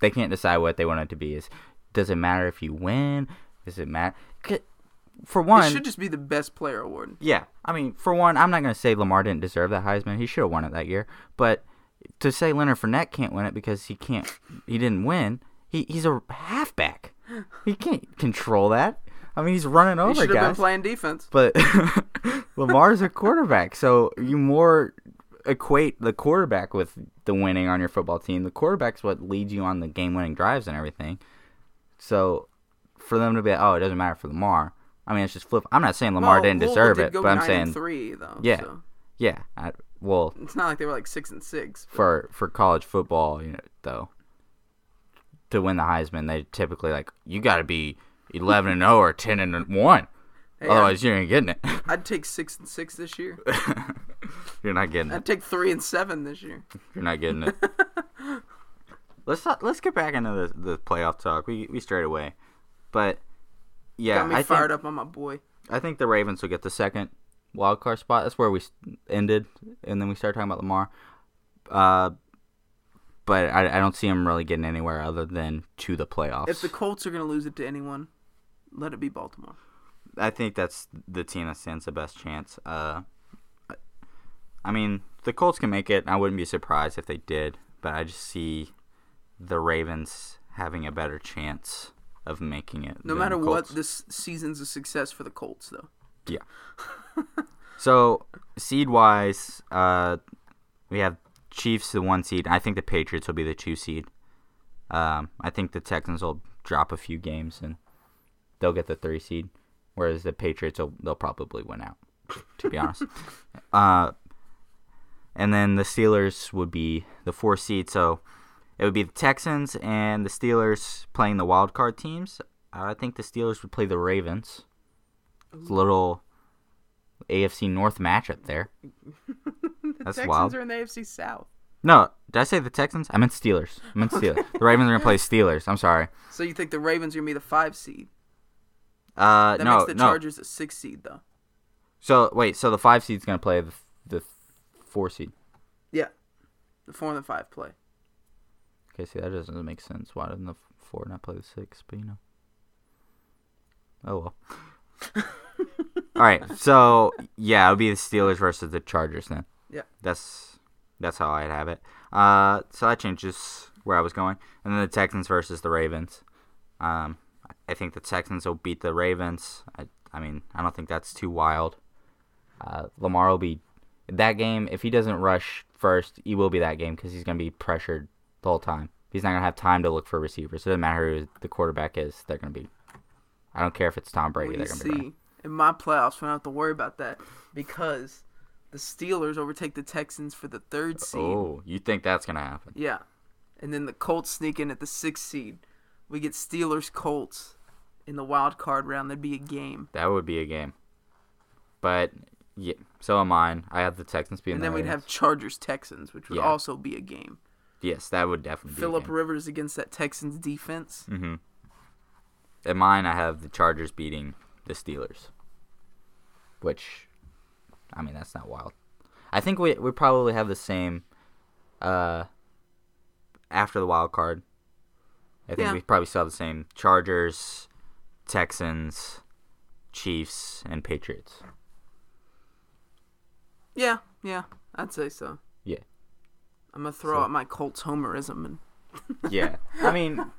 Speaker 1: they can't decide what they want it to be. Is does it matter if you win? Does it matter? For
Speaker 2: It
Speaker 1: one,
Speaker 2: should just be the best player award.
Speaker 1: yeah, I mean, for one, I'm not going to say Lamar didn't deserve that Heisman. He should have won it that year. But to say Leonard Fournette can't win it because he can't, he didn't win. He he's a halfback. He can't control that. I mean, he's running
Speaker 2: He
Speaker 1: over
Speaker 2: should have been
Speaker 1: guys.
Speaker 2: playing defense.
Speaker 1: but Lamar's a quarterback, so you more equate the quarterback with the winning on your football team. The quarterback's what leads you on the game-winning drives and everything. So for them to be, oh, it doesn't matter for Lamar. I mean, it's just flip. I'm not saying Lamar
Speaker 2: Well,
Speaker 1: didn't
Speaker 2: Oh, Louisville
Speaker 1: deserve
Speaker 2: did
Speaker 1: it,
Speaker 2: go
Speaker 1: but I'm
Speaker 2: nine and
Speaker 1: saying
Speaker 2: three though.
Speaker 1: Yeah.
Speaker 2: so
Speaker 1: yeah. I, well,
Speaker 2: it's not like they were like six and six. but-
Speaker 1: for for college football, you know, though, to win the Heisman, they typically like you got to be 11 and 0 or 10 and 1.
Speaker 2: Hey,
Speaker 1: Otherwise, you ain't getting it.
Speaker 2: I'd take six and six this year.
Speaker 1: You're not getting it.
Speaker 2: I'd take three and seven this year.
Speaker 1: You're not getting it. let's not, let's get back into the the playoff talk. We we straight away, but yeah,
Speaker 2: Got me
Speaker 1: I
Speaker 2: fired
Speaker 1: think
Speaker 2: up on my boy.
Speaker 1: I think the Ravens will get the second wild card spot. That's where we s- ended, and then we started talking about Lamar. Uh, but I, I don't see him really getting anywhere other than to the playoffs.
Speaker 2: If the Colts are gonna lose it to anyone, let it be Baltimore.
Speaker 1: I think that's the team that stands the best chance. Uh, I mean, the Colts can make it. and I wouldn't be surprised if they did, but I just see the Ravens having a better chance of making it.
Speaker 2: No
Speaker 1: than
Speaker 2: matter
Speaker 1: the
Speaker 2: what,
Speaker 1: Colts.
Speaker 2: this season's a success for the Colts though.
Speaker 1: Yeah. so seed wise, uh, we have Chiefs the one seed. I think the Patriots will be the two seed. Um, I think the Texans will drop a few games and they'll get the three seed, whereas the Patriots will they'll probably win out. To be honest, uh, and then the Steelers would be the four seed. So it would be the Texans and the Steelers playing the wild card teams. I think the Steelers would play the Ravens. It's a little AFC North matchup there.
Speaker 2: The
Speaker 1: That's
Speaker 2: Texans
Speaker 1: wild.
Speaker 2: are in the AFC South.
Speaker 1: No, did I say the Texans? I meant Steelers. I meant Steelers. the Ravens are gonna play Steelers. I'm sorry.
Speaker 2: So you think the Ravens are gonna be the five seed?
Speaker 1: Uh,
Speaker 2: That
Speaker 1: no,
Speaker 2: makes the
Speaker 1: no.
Speaker 2: Chargers a six seed though.
Speaker 1: So wait, so the five seed's gonna play the, the four seed.
Speaker 2: Yeah. The four and the five play.
Speaker 1: Okay, see that doesn't make sense. Why didn't the four not play the six? But you know. Oh well. All right, so yeah, it would be the Steelers versus the Chargers then.
Speaker 2: Yeah.
Speaker 1: That's that's how I'd have it. Uh, so that changes where I was going, and then the Texans versus the Ravens. Um, I think the Texans will beat the Ravens. I, I mean, I don't think that's too wild. Uh, Lamar will be that game if he doesn't rush first, he will be that game because he's gonna be pressured the whole time. He's not gonna have time to look for receivers. It doesn't matter who the quarterback is; they're gonna be. I don't care if it's Tom Brady;
Speaker 2: What do
Speaker 1: they're gonna
Speaker 2: you see
Speaker 1: be. running.
Speaker 2: in my playoffs when I don't have to worry about that because the Steelers overtake the Texans for the third seed.
Speaker 1: Oh, you think that's gonna happen?
Speaker 2: Yeah. And then the Colts sneak in at the sixth seed. We get Steelers Colts in the wild card round. That'd be a game.
Speaker 1: That would be a game. But yeah, so am mine. I have the Texans being.
Speaker 2: And
Speaker 1: the
Speaker 2: then we'd
Speaker 1: Ravens.
Speaker 2: have Chargers Texans, which would
Speaker 1: Yeah.
Speaker 2: also be a game.
Speaker 1: Yes, that would definitely
Speaker 2: Philip
Speaker 1: be.
Speaker 2: Rivers against that Texans defense.
Speaker 1: Mm-hmm. In mine, I have the Chargers beating the Steelers. Which, I mean, that's not wild. I think we we probably have the same. Uh, after the wild card, I think
Speaker 2: Yeah.
Speaker 1: we probably still have the same Chargers, Texans, Chiefs, and Patriots.
Speaker 2: Yeah, yeah, I'd say so.
Speaker 1: Yeah.
Speaker 2: I'm gonna throw
Speaker 1: So-
Speaker 2: out my Colts homerism, and
Speaker 1: Yeah. I mean,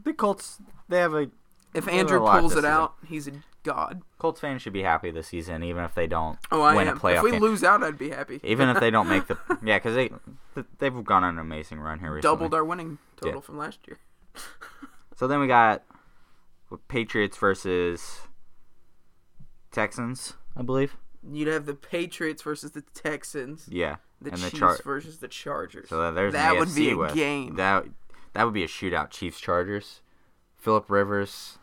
Speaker 1: the Colts. They have a
Speaker 2: if
Speaker 1: They're
Speaker 2: Andrew
Speaker 1: a lot
Speaker 2: pulls
Speaker 1: this
Speaker 2: it
Speaker 1: season.
Speaker 2: out, he's a god.
Speaker 1: Colts fans should be happy this season, even if they don't
Speaker 2: Oh, I
Speaker 1: win
Speaker 2: am.
Speaker 1: a playoff
Speaker 2: if we
Speaker 1: game.
Speaker 2: lose out, I'd be happy.
Speaker 1: even if they don't make the yeah, because they th- they've gone on an amazing run here recently.
Speaker 2: doubled our winning total
Speaker 1: Yeah.
Speaker 2: from last year.
Speaker 1: So then we got Patriots versus Texans, I believe.
Speaker 2: You'd have the Patriots versus the Texans,
Speaker 1: Yeah,
Speaker 2: the
Speaker 1: and the
Speaker 2: Chiefs
Speaker 1: Char-
Speaker 2: versus the Chargers.
Speaker 1: So that, there's an
Speaker 2: that would
Speaker 1: AFC
Speaker 2: be a
Speaker 1: West.
Speaker 2: game.
Speaker 1: That that would be a shootout. Chiefs Chargers. Philip Rivers.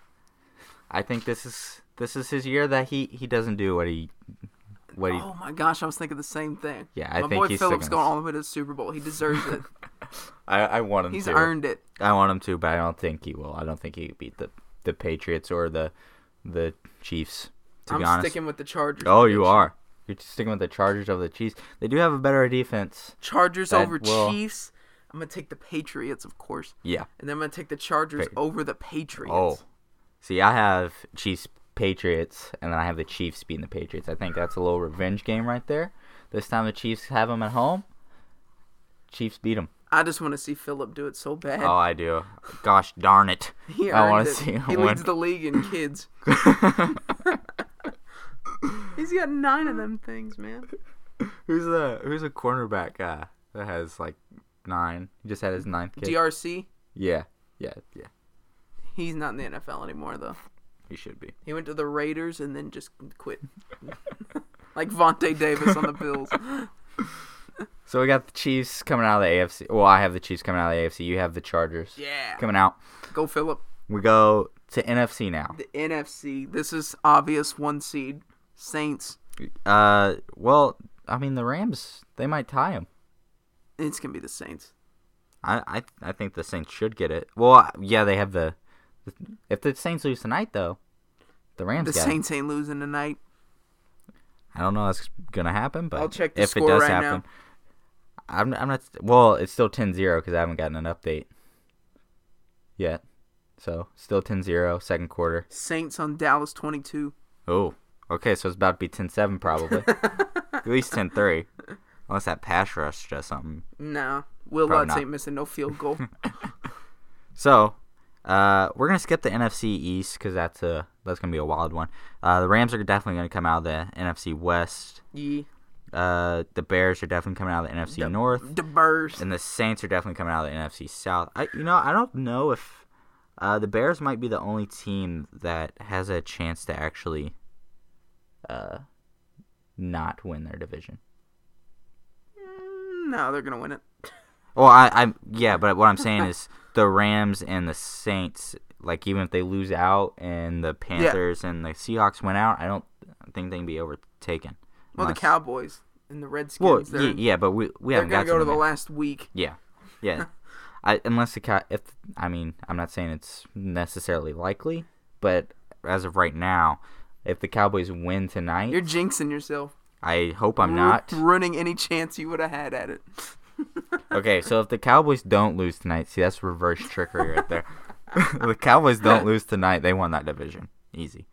Speaker 1: I think this is this is his year that he he doesn't do what he what he
Speaker 2: oh my gosh, I was thinking the same thing.
Speaker 1: Yeah, I
Speaker 2: my
Speaker 1: think
Speaker 2: boy
Speaker 1: he's still
Speaker 2: Phillips
Speaker 1: gonna-
Speaker 2: going all the way to the Super Bowl. He deserves it.
Speaker 1: I I want him
Speaker 2: He's
Speaker 1: to.
Speaker 2: earned it.
Speaker 1: I want him to, but I don't think he will. I don't think he could beat the the Patriots or the the Chiefs. To
Speaker 2: I'm
Speaker 1: be honest.
Speaker 2: sticking with the Chargers.
Speaker 1: oh, you
Speaker 2: prediction.
Speaker 1: are. You're just sticking with the Chargers over the Chiefs. They do have a better defense.
Speaker 2: Chargers
Speaker 1: That
Speaker 2: over
Speaker 1: will-
Speaker 2: Chiefs. I'm gonna take the Patriots, of course,
Speaker 1: Yeah.
Speaker 2: and then I'm gonna take the Chargers
Speaker 1: Pa-
Speaker 2: over the Patriots.
Speaker 1: Oh. See, I have Chiefs Patriots, and then I have the Chiefs beating the Patriots. I think that's a little revenge game right there. This time the Chiefs have them at home. Chiefs beat them.
Speaker 2: I just want to see Philip do it so bad.
Speaker 1: Oh, I do. Gosh darn it.
Speaker 2: he
Speaker 1: I
Speaker 2: want
Speaker 1: wanna
Speaker 2: to
Speaker 1: see him
Speaker 2: He
Speaker 1: win.
Speaker 2: leads the league in kids. He's got nine of them things, man.
Speaker 1: Who's the Who's a cornerback guy that has like nine? He just had his ninth kid.
Speaker 2: DRC.
Speaker 1: yeah, yeah, yeah.
Speaker 2: He's not in the NFL anymore though.
Speaker 1: He should be.
Speaker 2: He went to the Raiders and then just quit. like Vontae Davis on the Bills.
Speaker 1: So we got the Chiefs coming out of the AFC. Well, I have the Chiefs coming out of the AFC. You have the Chargers
Speaker 2: Yeah.
Speaker 1: coming out.
Speaker 2: Go Philip.
Speaker 1: We go to NFC now.
Speaker 2: The NFC. This is obvious one seed. Saints.
Speaker 1: Uh, well, I mean the Rams. They might tie them.
Speaker 2: It's gonna be the Saints.
Speaker 1: I, I, I think the Saints should get it. Well, yeah, they have the. If the Saints lose tonight, though, the Rams.
Speaker 2: The
Speaker 1: got it.
Speaker 2: Saints ain't losing tonight.
Speaker 1: I don't know that's gonna happen, but
Speaker 2: I'll check the
Speaker 1: if
Speaker 2: score
Speaker 1: it does
Speaker 2: right
Speaker 1: happen, I'm I'm not well. It's still 10-0 because I haven't gotten an update yet, so still 10-0, second quarter.
Speaker 2: Saints on Dallas 22.
Speaker 1: Oh, okay, so it's about to be 10-7 probably, at least 10-3, unless that pass rush does something.
Speaker 2: Nah. Will
Speaker 1: Probably
Speaker 2: Lutz
Speaker 1: not.
Speaker 2: ain't missing no field goal.
Speaker 1: So, uh, we're gonna skip the NFC East because that's a that's gonna be a wild one. Uh, the Rams are definitely gonna come out of the NFC West.
Speaker 2: Ye.
Speaker 1: Uh, the Bears are definitely coming out of the NFC North.
Speaker 2: The Bears.
Speaker 1: and the Saints are definitely coming out of the NFC South. I, you know, I don't know if uh, the Bears might be the only team that has a chance to actually uh, not win their division.
Speaker 2: No, they're gonna win it.
Speaker 1: Well, I, I, yeah, but what I'm saying is the Rams and the Saints, like even if they lose out and the Panthers and the Seahawks went out, I don't think they can be overtaken.
Speaker 2: Well,
Speaker 1: Unless-
Speaker 2: the Cowboys and the Redskins.
Speaker 1: Well,
Speaker 2: they're
Speaker 1: yeah, yeah, but we we
Speaker 2: they're
Speaker 1: haven't
Speaker 2: gonna
Speaker 1: got
Speaker 2: go to the
Speaker 1: them yet.
Speaker 2: last week.
Speaker 1: Yeah, yeah. I, unless the cat, if I mean, I'm not saying it's necessarily likely, but as of right now, if the Cowboys win tonight,
Speaker 2: You're Mm-hmm. jinxing yourself.
Speaker 1: I hope I'm
Speaker 2: Ru-
Speaker 1: not.
Speaker 2: ruining any chance you would have had at it.
Speaker 1: Okay, so if the Cowboys don't lose tonight, see that's reverse trickery right there. the Cowboys don't lose tonight, they won that division, easy.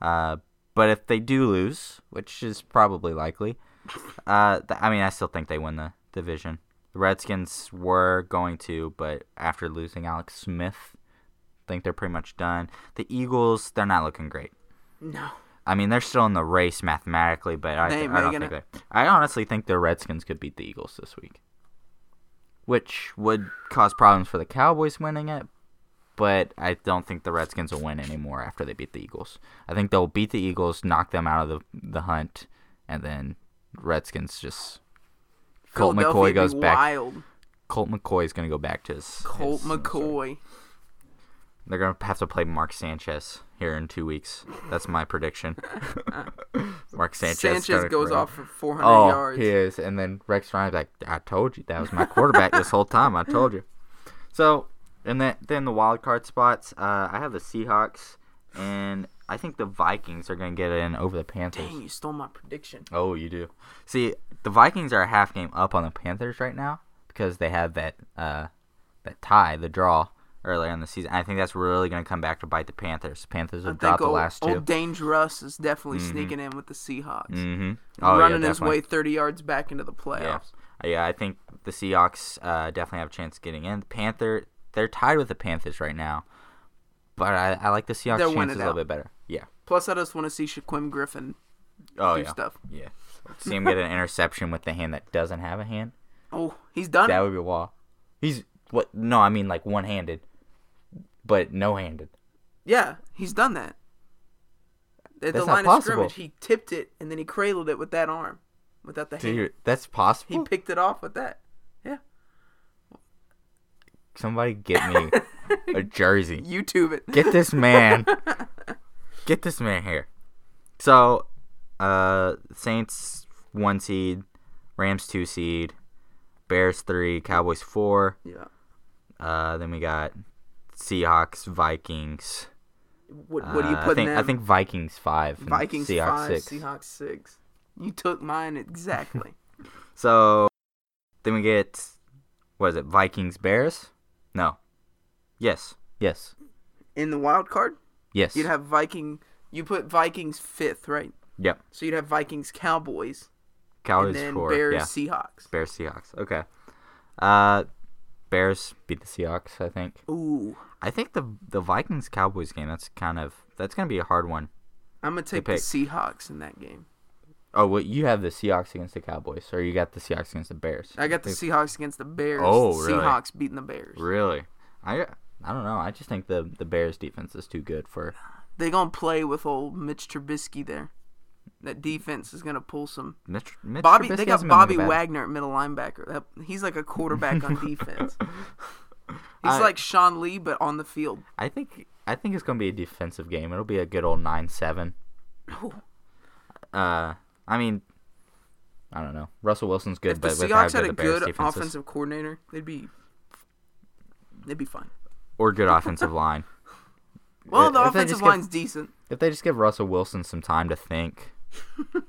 Speaker 1: Uh, but if they do lose, which is probably likely, uh, th- I mean, I still think they win the division. The Redskins were going to, but after losing Alex Smith, I think they're pretty much done. The Eagles, they're not looking great.
Speaker 2: No.
Speaker 1: I mean, they're still in the race mathematically, but I,
Speaker 2: They
Speaker 1: th-
Speaker 2: ain't
Speaker 1: I don't
Speaker 2: making
Speaker 1: think they. I honestly think the Redskins could beat the Eagles this week, which would cause problems for the Cowboys winning it. But I don't think the Redskins will win anymore after they beat the Eagles. I think they'll beat the Eagles, knock them out of the the hunt, and then Redskins just. Colt McCoy
Speaker 2: Philadelphia'd
Speaker 1: goes
Speaker 2: be
Speaker 1: back.
Speaker 2: Wild.
Speaker 1: Colt McCoy is going to go back to his.
Speaker 2: Colt
Speaker 1: his-
Speaker 2: McCoy.
Speaker 1: They're gonna have to play Mark Sanchez here in two weeks. That's my prediction. Mark Sanchez.
Speaker 2: Sanchez
Speaker 1: started
Speaker 2: goes
Speaker 1: running.
Speaker 2: off for 400
Speaker 1: Oh,
Speaker 2: yards.
Speaker 1: he is. And then Rex Ryan's like, I told you that was my quarterback this whole time. I told you. So, and then then the wild card spots. Uh, I have the Seahawks, and I think the Vikings are gonna get in over the Panthers.
Speaker 2: Dang, you stole my prediction.
Speaker 1: Oh, you do. See, the Vikings are a half game up on the Panthers right now because they had that uh, that tie, the draw earlier in the season. I think that's really going to come back to bite the Panthers. Panthers
Speaker 2: I
Speaker 1: have
Speaker 2: think
Speaker 1: dropped the
Speaker 2: old,
Speaker 1: last 2
Speaker 2: old Dangerous is definitely sneaking in with the Seahawks.
Speaker 1: mm-hmm. Oh,
Speaker 2: running
Speaker 1: yeah,
Speaker 2: his
Speaker 1: definitely.
Speaker 2: way 30 yards back into the playoffs.
Speaker 1: Yeah. yeah, I think the Seahawks uh, definitely have a chance of getting in. The Panther, they're tied with the Panthers right now, but I, I like the Seahawks'
Speaker 2: They'll win
Speaker 1: chances a
Speaker 2: it
Speaker 1: little
Speaker 2: out.
Speaker 1: bit better. Yeah.
Speaker 2: Plus, I just want to see Shaquem Griffin
Speaker 1: Oh
Speaker 2: do
Speaker 1: yeah.
Speaker 2: stuff.
Speaker 1: Yeah. See him get an interception with the hand that doesn't have a hand.
Speaker 2: Oh, he's done
Speaker 1: That
Speaker 2: it.
Speaker 1: would be wow. He's what? No, I mean like one-handed, but no-handed.
Speaker 2: Yeah, he's done that. At the
Speaker 1: That's not
Speaker 2: line of
Speaker 1: possible.
Speaker 2: scrimmage, he tipped it and then he cradled it with that arm, without the hand.
Speaker 1: Dude, that's
Speaker 2: He
Speaker 1: possible.
Speaker 2: picked it off with that. Yeah,
Speaker 1: Somebody get me a jersey.
Speaker 2: YouTube it.
Speaker 1: Get this man. Get this man here. So, uh, Saints one seed, Rams two seed, Bears three, Cowboys four.
Speaker 2: yeah,
Speaker 1: Uh, then we got Seahawks, Vikings.
Speaker 2: what, what do you
Speaker 1: Uh,
Speaker 2: put
Speaker 1: I think,
Speaker 2: in
Speaker 1: I think Vikings five. and
Speaker 2: Vikings
Speaker 1: Seahawks
Speaker 2: five,
Speaker 1: six.
Speaker 2: Seahawks six. You took mine exactly.
Speaker 1: So then we get what is it? Vikings Bears? No. Yes. Yes.
Speaker 2: in the wild card,
Speaker 1: Yes.
Speaker 2: you'd have Viking. You put Vikings fifth, right?
Speaker 1: yep.
Speaker 2: So you'd have Vikings Cowboys and
Speaker 1: Cowboys
Speaker 2: then
Speaker 1: four.
Speaker 2: Bears
Speaker 1: yeah.
Speaker 2: Seahawks.
Speaker 1: Bears Seahawks. Okay. Uh Bears beat the Seahawks, I think.
Speaker 2: Ooh,
Speaker 1: I think the the Vikings Cowboys game, that's kind of that's gonna be a hard one.
Speaker 2: I'm gonna take the
Speaker 1: pick.
Speaker 2: Seahawks in that game.
Speaker 1: Oh well you have the Seahawks against the Cowboys, or you got the Seahawks against the Bears.
Speaker 2: I got the Seahawks against the Bears.
Speaker 1: Oh,
Speaker 2: The
Speaker 1: really?
Speaker 2: Seahawks beating the Bears.
Speaker 1: Really? I I don't know. I just think the the Bears defense is too good for
Speaker 2: They gonna play with old Mitch Trubisky there. That defense is gonna pull some.
Speaker 1: Mitch, Mitch
Speaker 2: Bobby,
Speaker 1: Trubisky
Speaker 2: they got
Speaker 1: hasn't been
Speaker 2: Bobby
Speaker 1: that bad.
Speaker 2: Wagner at middle linebacker. That, he's like a quarterback on defense. He's
Speaker 1: I-
Speaker 2: like Sean Lee, but on the field.
Speaker 1: I think I think it's gonna be a defensive game. It'll be a good old nine seven. Uh, I mean, I don't know. Russell Wilson's good,
Speaker 2: If the
Speaker 1: but with how
Speaker 2: Seahawks
Speaker 1: good
Speaker 2: had a
Speaker 1: the Bears
Speaker 2: good
Speaker 1: defense is-
Speaker 2: offensive coordinator, they'd be they'd be fine.
Speaker 1: or good offensive line,
Speaker 2: Well, the
Speaker 1: if they
Speaker 2: offensive
Speaker 1: just get-
Speaker 2: line's decent.
Speaker 1: if they just give Russell Wilson some time to think,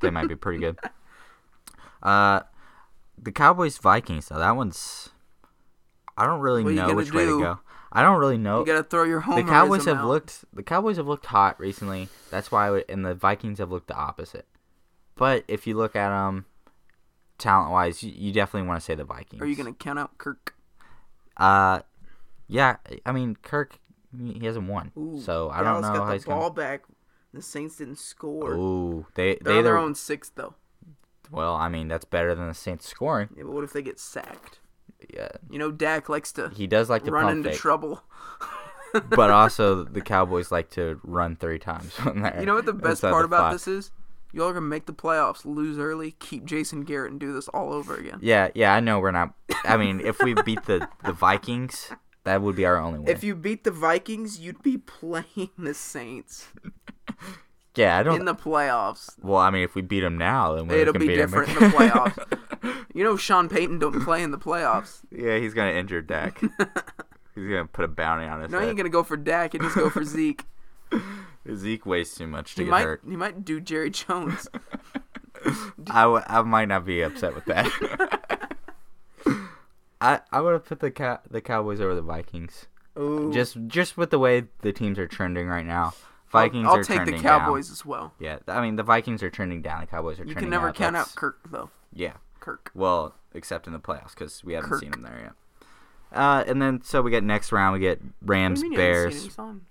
Speaker 1: they might be pretty good. Uh, the Cowboys Vikings though, that one's I don't really
Speaker 2: What you
Speaker 1: know
Speaker 2: gonna
Speaker 1: which way to
Speaker 2: do?
Speaker 1: go. I don't really know.
Speaker 2: You gotta throw your home.
Speaker 1: Oh, the Cowboys have looked the Cowboys have looked hot recently. That's why, I would, and the Vikings have looked the opposite. But if you look at them, talent wise, you, you definitely want to say the Vikings.
Speaker 2: Are you gonna count out Kirk?
Speaker 1: Uh, yeah. I mean, Kirk, he hasn't won,
Speaker 2: Ooh,
Speaker 1: so I
Speaker 2: Dallas
Speaker 1: don't know
Speaker 2: got
Speaker 1: how
Speaker 2: the
Speaker 1: he's
Speaker 2: ball
Speaker 1: going.
Speaker 2: back. The Saints didn't score.
Speaker 1: Ooh, they
Speaker 2: They're
Speaker 1: they
Speaker 2: on their
Speaker 1: the-
Speaker 2: own six though.
Speaker 1: Well, I mean, that's better than the Saints scoring.
Speaker 2: Yeah, but what if they get sacked?
Speaker 1: Yeah,
Speaker 2: You know, Dak likes to
Speaker 1: he does like to
Speaker 2: run
Speaker 1: pump
Speaker 2: into
Speaker 1: fake,
Speaker 2: trouble.
Speaker 1: but also the Cowboys like to run three times on there.
Speaker 2: You know what the best
Speaker 1: inside
Speaker 2: part about
Speaker 1: five.
Speaker 2: this is? Y'all are gonna make the playoffs, lose early, keep Jason Garrett, and do this all over again.
Speaker 1: Yeah, yeah, I know we're not. I mean, if we beat the the Vikings, that would be our only win.
Speaker 2: If you beat the Vikings, you'd be playing the Saints
Speaker 1: yeah, I don't.
Speaker 2: in the playoffs.
Speaker 1: well, I mean, if we beat them now, then we
Speaker 2: It'll
Speaker 1: can
Speaker 2: be
Speaker 1: beat 'em
Speaker 2: different in the
Speaker 1: again.
Speaker 2: playoffs. You know, Sean Payton don't play in the playoffs.
Speaker 1: yeah, he's gonna injure Dak. he's gonna put a bounty on his
Speaker 2: No, you ain't
Speaker 1: head.
Speaker 2: gonna go for Dak and just go for Zeke.
Speaker 1: Zeke weighs too much to
Speaker 2: He
Speaker 1: get
Speaker 2: might,
Speaker 1: hurt.
Speaker 2: he might do Jerry Jones.
Speaker 1: I, w- I might not be upset with that. I I would have put the cow- the Cowboys over the Vikings.
Speaker 2: Ooh,
Speaker 1: Just just with the way the teams are trending right now.
Speaker 2: I'll-
Speaker 1: Vikings
Speaker 2: I'll,
Speaker 1: are
Speaker 2: take the
Speaker 1: trending
Speaker 2: Cowboys
Speaker 1: down.
Speaker 2: as well.
Speaker 1: Yeah, I mean the Vikings are trending down. The Cowboys are
Speaker 2: You
Speaker 1: trending
Speaker 2: can never
Speaker 1: up.
Speaker 2: count
Speaker 1: That's-
Speaker 2: out Kirk though.
Speaker 1: Yeah.
Speaker 2: Kirk.
Speaker 1: Well, except in the playoffs because we haven't
Speaker 2: Kirk.
Speaker 1: seen him there yet. Uh, and then so we get next round we get
Speaker 2: What
Speaker 1: Rams
Speaker 2: do you mean you haven't seen him?
Speaker 1: Bears.
Speaker 2: You saw him.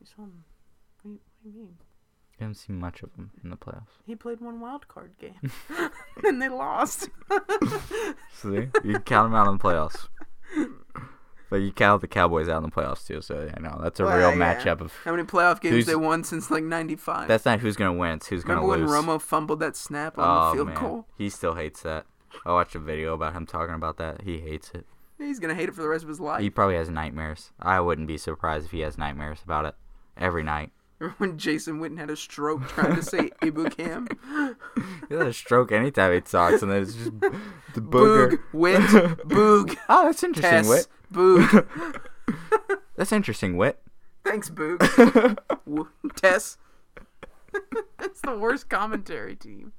Speaker 2: You saw him. What do you, what do you mean?
Speaker 1: We haven't seen much of them in the playoffs.
Speaker 2: He played one wild card game, and they lost.
Speaker 1: See, you count them out in the playoffs. But you count the Cowboys out in the playoffs too, so yeah, no, that's a
Speaker 2: Well,
Speaker 1: real
Speaker 2: yeah.
Speaker 1: matchup of
Speaker 2: How many playoff games
Speaker 1: Who's-
Speaker 2: they won since like '95?
Speaker 1: that's not who's gonna win, it's who's
Speaker 2: Remember
Speaker 1: gonna
Speaker 2: when
Speaker 1: lose.
Speaker 2: Romo fumbled that snap on
Speaker 1: oh
Speaker 2: the field
Speaker 1: man,
Speaker 2: goal?
Speaker 1: he still hates that. I watched a video about him talking about that. He hates it.
Speaker 2: He's gonna hate it for the rest of his life.
Speaker 1: He probably has nightmares. I wouldn't be surprised if he has nightmares about it every night.
Speaker 2: Remember when Jason Witten had a stroke trying to say Ibucam?
Speaker 1: He has a stroke anytime he talks, and then it's just the
Speaker 2: Boog,
Speaker 1: booger.
Speaker 2: Wit, Boog,
Speaker 1: Oh, that's interesting,
Speaker 2: Tess,
Speaker 1: Wit.
Speaker 2: Boog.
Speaker 1: That's interesting, Wit.
Speaker 2: Thanks, Boog. W- Tess. That's the worst commentary team.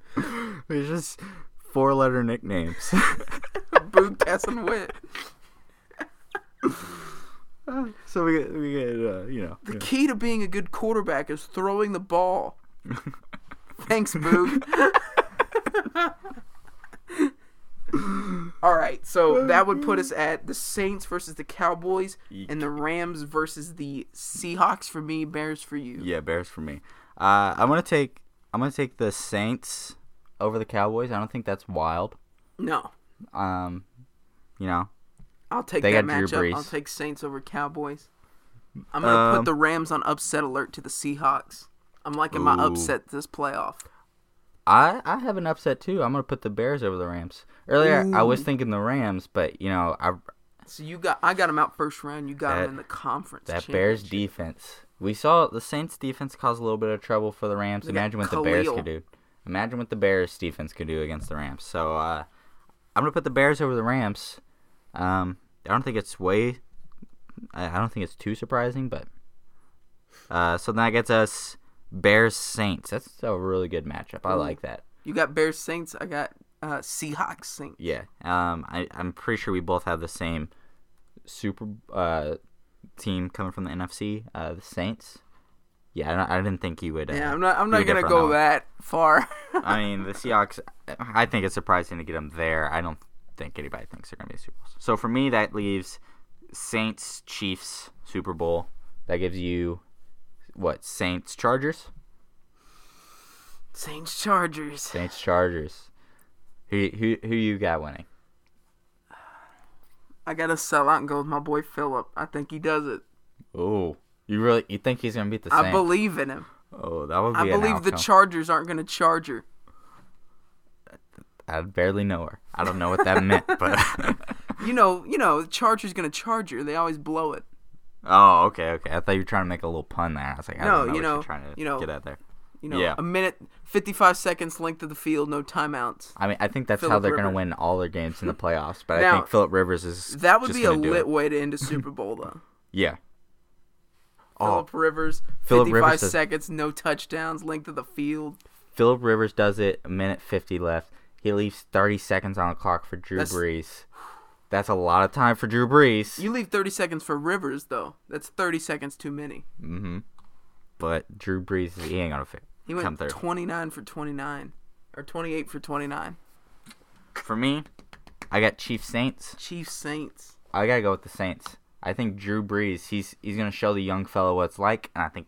Speaker 1: It's just four letter nicknames.
Speaker 2: Boog, Tess, and Wit.
Speaker 1: so we get, we get uh, you know.
Speaker 2: The key to being a good quarterback is throwing the ball. Thanks, Boog. All right, so that would put us at the Saints versus the Cowboys and the Rams versus the Seahawks for me, Bears for you.
Speaker 1: Yeah, Bears for me. Uh, I'm gonna take I'm gonna take the Saints over the Cowboys. I don't think that's wild.
Speaker 2: No,
Speaker 1: Um, you know,
Speaker 2: I'll take
Speaker 1: They
Speaker 2: that
Speaker 1: got Drew
Speaker 2: matchup. I'll
Speaker 1: Brees.
Speaker 2: take Saints over Cowboys. I'm gonna
Speaker 1: Um,
Speaker 2: put the Rams on upset alert to the Seahawks. I'm liking my
Speaker 1: Ooh.
Speaker 2: upset this playoff.
Speaker 1: I I have an upset too. I'm gonna put the Bears over the Rams. Earlier, I was thinking the Rams, but you know, I
Speaker 2: So you got, I got them out first round. You got
Speaker 1: That-
Speaker 2: them in the conference.
Speaker 1: that Bears
Speaker 2: championship.
Speaker 1: defense. We saw the Saints defense cause a little bit of trouble for the Rams.
Speaker 2: got
Speaker 1: Imagine what the Bears
Speaker 2: Khalil.
Speaker 1: could do. Imagine what the Bears defense could do against the Rams. So uh, I'm gonna put the Bears over the Rams. Um, I don't think it's way. I I don't think it's too surprising, but uh, so then that gets us Bears Saints. That's a really good matchup. I like that.
Speaker 2: You got Bears Saints. I got uh, Seahawks Saints.
Speaker 1: Yeah. Um, I, I'm pretty sure we both have the same super uh, team coming from the NFC, uh, the Saints. Yeah, I, don't, I didn't think you would. Uh,
Speaker 2: Yeah, I'm not. I'm
Speaker 1: you
Speaker 2: not
Speaker 1: would
Speaker 2: gonna
Speaker 1: differ on
Speaker 2: go
Speaker 1: one.
Speaker 2: that far.
Speaker 1: I mean, the Seahawks. I think it's surprising to get them there. I don't think anybody thinks they're gonna be Super Bowls. So for me, that leaves Saints Chiefs Super Bowl. That gives you what Saints Chargers.
Speaker 2: Saints Chargers.
Speaker 1: Saints Chargers. Who who who you got winning?
Speaker 2: I gotta sell out and go with my boy Philip. I think he does it.
Speaker 1: Oh, you really you think he's gonna beat the Saints?
Speaker 2: I believe in him.
Speaker 1: oh, that would be.
Speaker 2: I
Speaker 1: an
Speaker 2: believe the
Speaker 1: outcome.
Speaker 2: Chargers aren't gonna charge her.
Speaker 1: I barely know her. I don't know what that meant, but
Speaker 2: You know, you know, the Chargers gonna charge her. They always blow it.
Speaker 1: oh, okay, okay. I thought you were trying to make a little pun there. I was like, I
Speaker 2: No,
Speaker 1: don't know
Speaker 2: you
Speaker 1: what
Speaker 2: know-
Speaker 1: you're trying to
Speaker 2: you know-
Speaker 1: get at there.
Speaker 2: You know,
Speaker 1: Yeah.
Speaker 2: a minute, fifty-five seconds length of the field, no timeouts.
Speaker 1: I mean, I think that's how
Speaker 2: Phillip
Speaker 1: they're going
Speaker 2: Rivers.
Speaker 1: to win all their games in the playoffs. But I
Speaker 2: Now,
Speaker 1: think Philip Rivers is
Speaker 2: That would
Speaker 1: just
Speaker 2: be a
Speaker 1: gonna do
Speaker 2: lit
Speaker 1: it.
Speaker 2: way to end a Super Bowl, though.
Speaker 1: Yeah, Oh.
Speaker 2: Philip Rivers,
Speaker 1: Phillip
Speaker 2: fifty-five
Speaker 1: Rivers does-
Speaker 2: seconds, no touchdowns, length of the field.
Speaker 1: Philip Rivers does it. A minute fifty left. He leaves thirty seconds on the clock for Drew
Speaker 2: That's-
Speaker 1: Brees. That's a lot of time for Drew Brees.
Speaker 2: You leave 30 seconds for Rivers, though. That's 30 seconds too many.
Speaker 1: but Drew Brees, he ain't gonna fit.
Speaker 2: He
Speaker 1: come
Speaker 2: went
Speaker 1: through.
Speaker 2: 29 for 29, or 28 for 29.
Speaker 1: for me, I got Chiefs Saints.
Speaker 2: Chiefs Saints.
Speaker 1: I gotta go with the Saints. I think Drew Brees. He's he's gonna show the young fellow what it's like, and I think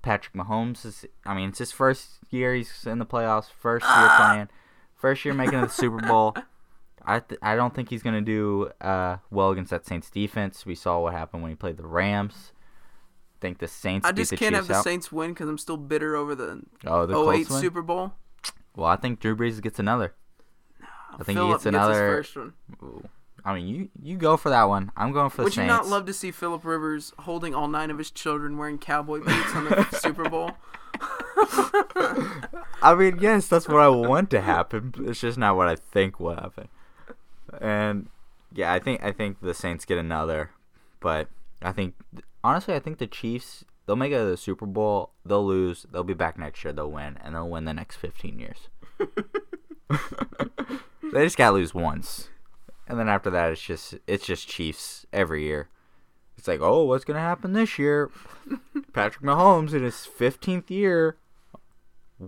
Speaker 1: Patrick Mahomes is. I mean, it's his first year. He's in the playoffs. First year
Speaker 2: Ah.
Speaker 1: playing. First year making it to the Super Bowl. I th- I don't think he's gonna do uh, well against that Saints defense. We saw what happened when he played the Rams. think the Saints
Speaker 2: I
Speaker 1: beat
Speaker 2: just
Speaker 1: the
Speaker 2: can't
Speaker 1: Chiefs
Speaker 2: have the
Speaker 1: out.
Speaker 2: Saints win because I'm still bitter over the,
Speaker 1: oh, the
Speaker 2: 08
Speaker 1: Colts win.
Speaker 2: Super Bowl.
Speaker 1: well, I think Drew Brees gets another. I think he
Speaker 2: Phillip
Speaker 1: gets another.
Speaker 2: his first one.
Speaker 1: Ooh. I mean, you you go for that one. I'm going for the
Speaker 2: Would you
Speaker 1: Saints.
Speaker 2: not love to see Philip Rivers holding all nine of his children wearing cowboy boots on the Super Bowl?
Speaker 1: I mean, yes, that's what I want to happen. but It's just not what I think will happen. And yeah, I think I think the Saints get another, but I think honestly, I think the Chiefs they'll make it to the Super Bowl. They'll lose. They'll be back next year. They'll win, and they'll win the next fifteen years. they just gotta lose once, and then after that, it's just it's just Chiefs every year. It's like, oh, what's gonna happen this year? Patrick Mahomes in his fifteenth year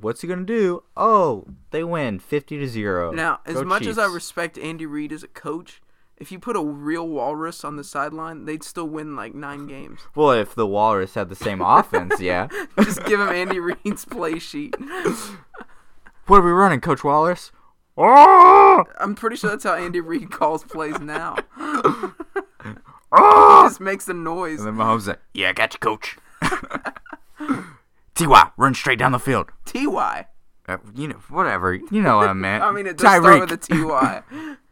Speaker 1: what's he gonna do? Oh, they win fifty to zero.
Speaker 2: Now, as
Speaker 1: Oh, Go
Speaker 2: much as I
Speaker 1: Chiefs.
Speaker 2: respect Andy Reid as a coach, if you put a real walrus on the sideline, they'd still win like nine games.
Speaker 1: well, if the Walrus had the same offense, yeah.
Speaker 2: Just give him Andy Reid's play sheet.
Speaker 1: What are we running, Coach Walrus? Oh,
Speaker 2: I'm pretty sure that's how Andy Reid calls plays now.
Speaker 1: oh!
Speaker 2: Just makes a noise.
Speaker 1: And then Mahomes like, yeah, I got you, Coach. Ty, run straight down the field.
Speaker 2: Ty.
Speaker 1: Uh, you know, whatever. You know what I meant.
Speaker 2: I mean, it does start with a
Speaker 1: Tyreek,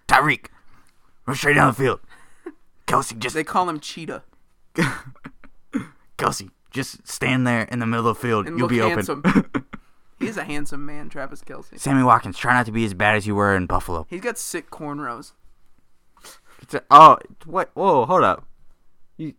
Speaker 2: Ty.
Speaker 1: Tyreek, run straight down the field. Kelsey, just
Speaker 2: They call him Cheetah.
Speaker 1: Kelsey, just stand there in the middle of the field.
Speaker 2: And
Speaker 1: You'll
Speaker 2: look
Speaker 1: be
Speaker 2: handsome.
Speaker 1: open.
Speaker 2: He is a handsome man, Travis Kelsey.
Speaker 1: Sammy Watkins, try not to be as bad as you were in Buffalo.
Speaker 2: He's got sick cornrows.
Speaker 1: It's a- oh, what? Whoa, hold up. You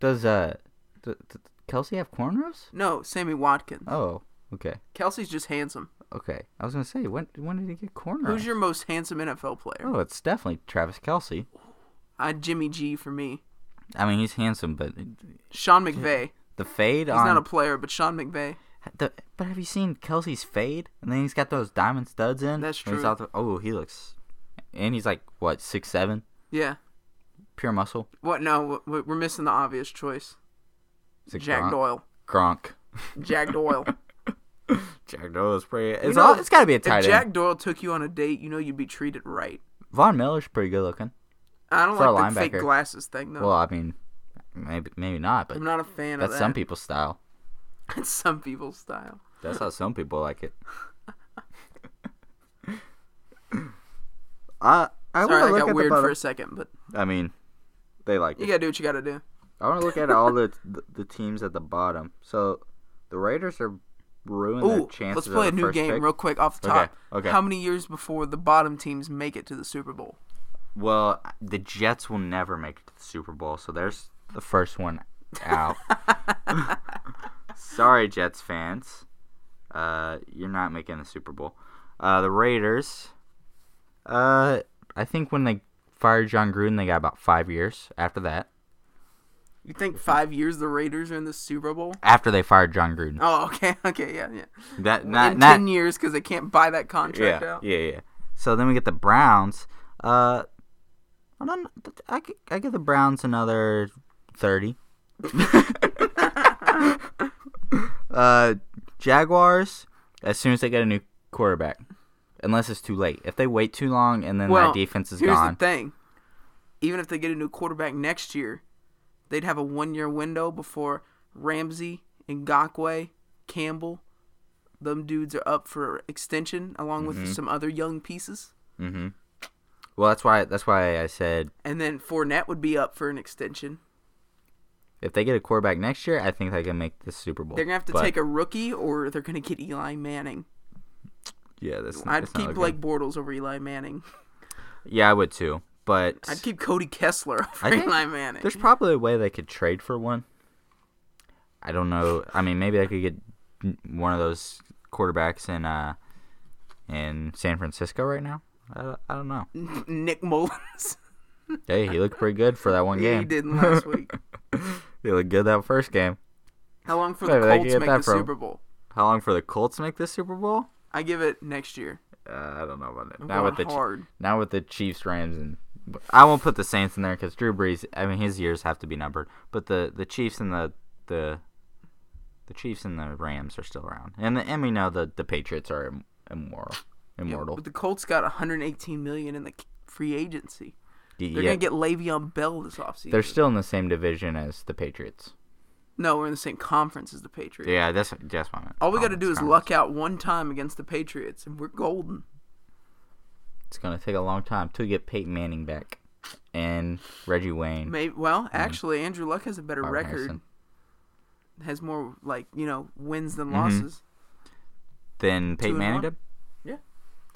Speaker 1: does uh, th- th- Kelsey have cornrows?
Speaker 2: No, Sammy Watkins.
Speaker 1: Oh, okay,
Speaker 2: Kelsey's just handsome.
Speaker 1: okay. I was gonna say when when did he get cornrows?
Speaker 2: Who's your most handsome NFL player?
Speaker 1: Oh, it's definitely Travis Kelsey.
Speaker 2: Uh, Jimmy G for me.
Speaker 1: I mean, he's handsome, but
Speaker 2: Sean McVay.
Speaker 1: the fade
Speaker 2: He's
Speaker 1: on
Speaker 2: not a player, but Sean McVay.
Speaker 1: the. But have you seen Kelsey's fade? And then he's got those diamond studs in.
Speaker 2: That's
Speaker 1: and he's
Speaker 2: true.
Speaker 1: out there- oh, he looks, and he's like what six seven,
Speaker 2: Yeah.
Speaker 1: pure muscle.
Speaker 2: What? No, w- w- we're missing the obvious choice.
Speaker 1: He's a
Speaker 2: Jack
Speaker 1: Gronk.
Speaker 2: Doyle.
Speaker 1: Gronk.
Speaker 2: Jack Doyle.
Speaker 1: Jack Doyle's pretty. It's
Speaker 2: know,
Speaker 1: all. It's got to be a tight
Speaker 2: if
Speaker 1: end.
Speaker 2: Jack Doyle took you on a date, you know you'd be treated right.
Speaker 1: Von Miller's pretty good looking.
Speaker 2: I don't
Speaker 1: For a
Speaker 2: like the fake
Speaker 1: linebacker.
Speaker 2: glasses thing though.
Speaker 1: Well, I mean, maybe maybe not, but
Speaker 2: I'm not a fan
Speaker 1: that's
Speaker 2: of that.
Speaker 1: some people's style.
Speaker 2: That's some people's style.
Speaker 1: That's how some people like it. I I
Speaker 2: Sorry,
Speaker 1: want
Speaker 2: I
Speaker 1: to look
Speaker 2: got
Speaker 1: at the.
Speaker 2: weird for
Speaker 1: butter-
Speaker 2: a second, but
Speaker 1: I mean, they like
Speaker 2: you
Speaker 1: it.
Speaker 2: gotta do what you gotta do.
Speaker 1: I want to look at all the, the the teams at the bottom. So the Raiders are ruining their
Speaker 2: Ooh,
Speaker 1: chances.
Speaker 2: let's play a
Speaker 1: of the
Speaker 2: new
Speaker 1: first
Speaker 2: game
Speaker 1: pick.
Speaker 2: real quick off the
Speaker 1: Okay,
Speaker 2: top.
Speaker 1: okay.
Speaker 2: How many years before the bottom teams make it to the Super Bowl?
Speaker 1: Well, the Jets will never make it to the Super Bowl, so there's the first one out. Sorry, Jets fans. Uh, you're not making the Super Bowl. Uh, the Raiders. Uh, I think when they fired John Gruden, they got about five years after that.
Speaker 2: You think five years the Raiders are in the Super Bowl?
Speaker 1: After they fired John Gruden,
Speaker 2: Oh, okay, okay, yeah, yeah.
Speaker 1: that not
Speaker 2: Oh, in
Speaker 1: not
Speaker 2: ten years because they can't buy that contract
Speaker 1: yeah
Speaker 2: out.
Speaker 1: yeah yeah. So then we get the Browns. Uh, I don't. I gi- I give the Browns another thirty. Uh, Jaguars, as soon as they get a new quarterback, unless it's too late. If they wait too long and then
Speaker 2: Well,
Speaker 1: that defense is
Speaker 2: Here's
Speaker 1: gone,
Speaker 2: the thing: even if they get a new quarterback next year, they'd have a one-year window before Ramsey, Ngakwe, Campbell, them dudes are up for extension along with
Speaker 1: Mm-hmm.
Speaker 2: some other young pieces,
Speaker 1: well, that's why that's why I said
Speaker 2: and then Fournette would be up for an extension.
Speaker 1: if they get a quarterback next year, I think they can make the Super Bowl.
Speaker 2: They're gonna have to
Speaker 1: But,
Speaker 2: take a rookie, or they're gonna get Eli Manning.
Speaker 1: yeah. That's,
Speaker 2: I'd
Speaker 1: that's not
Speaker 2: keep
Speaker 1: looking-
Speaker 2: Blake Bortles over Eli Manning.
Speaker 1: yeah, I would too. But
Speaker 2: I'd keep Cody Kessler
Speaker 1: I
Speaker 2: over
Speaker 1: think
Speaker 2: Eli Manning.
Speaker 1: There's probably a way they could trade for one. I don't know. I mean, maybe I could get n- one of those quarterbacks in uh in San Francisco right now. I, I don't know.
Speaker 2: Nick Mullins.
Speaker 1: Hey, he looked pretty good for that one game.
Speaker 2: he didn't last week.
Speaker 1: He looked good that first game.
Speaker 2: How long for
Speaker 1: Wait,
Speaker 2: the
Speaker 1: where'd they
Speaker 2: Colts
Speaker 1: get
Speaker 2: make
Speaker 1: that
Speaker 2: the
Speaker 1: from?
Speaker 2: Super Bowl?
Speaker 1: How long for the Colts to make this Super Bowl?
Speaker 2: I give it next year.
Speaker 1: Uh, I don't know about it.
Speaker 2: I'm
Speaker 1: now with the
Speaker 2: going
Speaker 1: Chi-
Speaker 2: hard.
Speaker 1: now with the Chiefs, Rams, and I won't put the Saints in there because Drew Brees. I mean, his years have to be numbered. But the the Chiefs and the the the Chiefs and the Rams are still around, and the, and we know the the Patriots are im- immoral,
Speaker 2: Yeah,
Speaker 1: immortal.
Speaker 2: But the Colts got 118 million in the c- free agency.
Speaker 1: Y-
Speaker 2: They're
Speaker 1: yet
Speaker 2: gonna get Le'Veon Bell this offseason.
Speaker 1: they're still in the same division as the Patriots.
Speaker 2: no, we're in the same conference as the Patriots.
Speaker 1: Yeah, that's that's what I meant.
Speaker 2: All we got to do
Speaker 1: Conference, Mm-hmm.
Speaker 2: is luck out one time against the Patriots, and we're golden.
Speaker 1: conference. It's gonna take a long time to get Peyton Manning back and Reggie Wayne.
Speaker 2: Maybe. Well, actually, Andrew Luck has a better
Speaker 1: Marvin Mm-hmm.
Speaker 2: record.
Speaker 1: Harrison.
Speaker 2: Has more like you know wins than
Speaker 1: Mm-hmm.
Speaker 2: losses.
Speaker 1: Then Peyton
Speaker 2: and
Speaker 1: Manning
Speaker 2: one?
Speaker 1: did
Speaker 2: Yeah.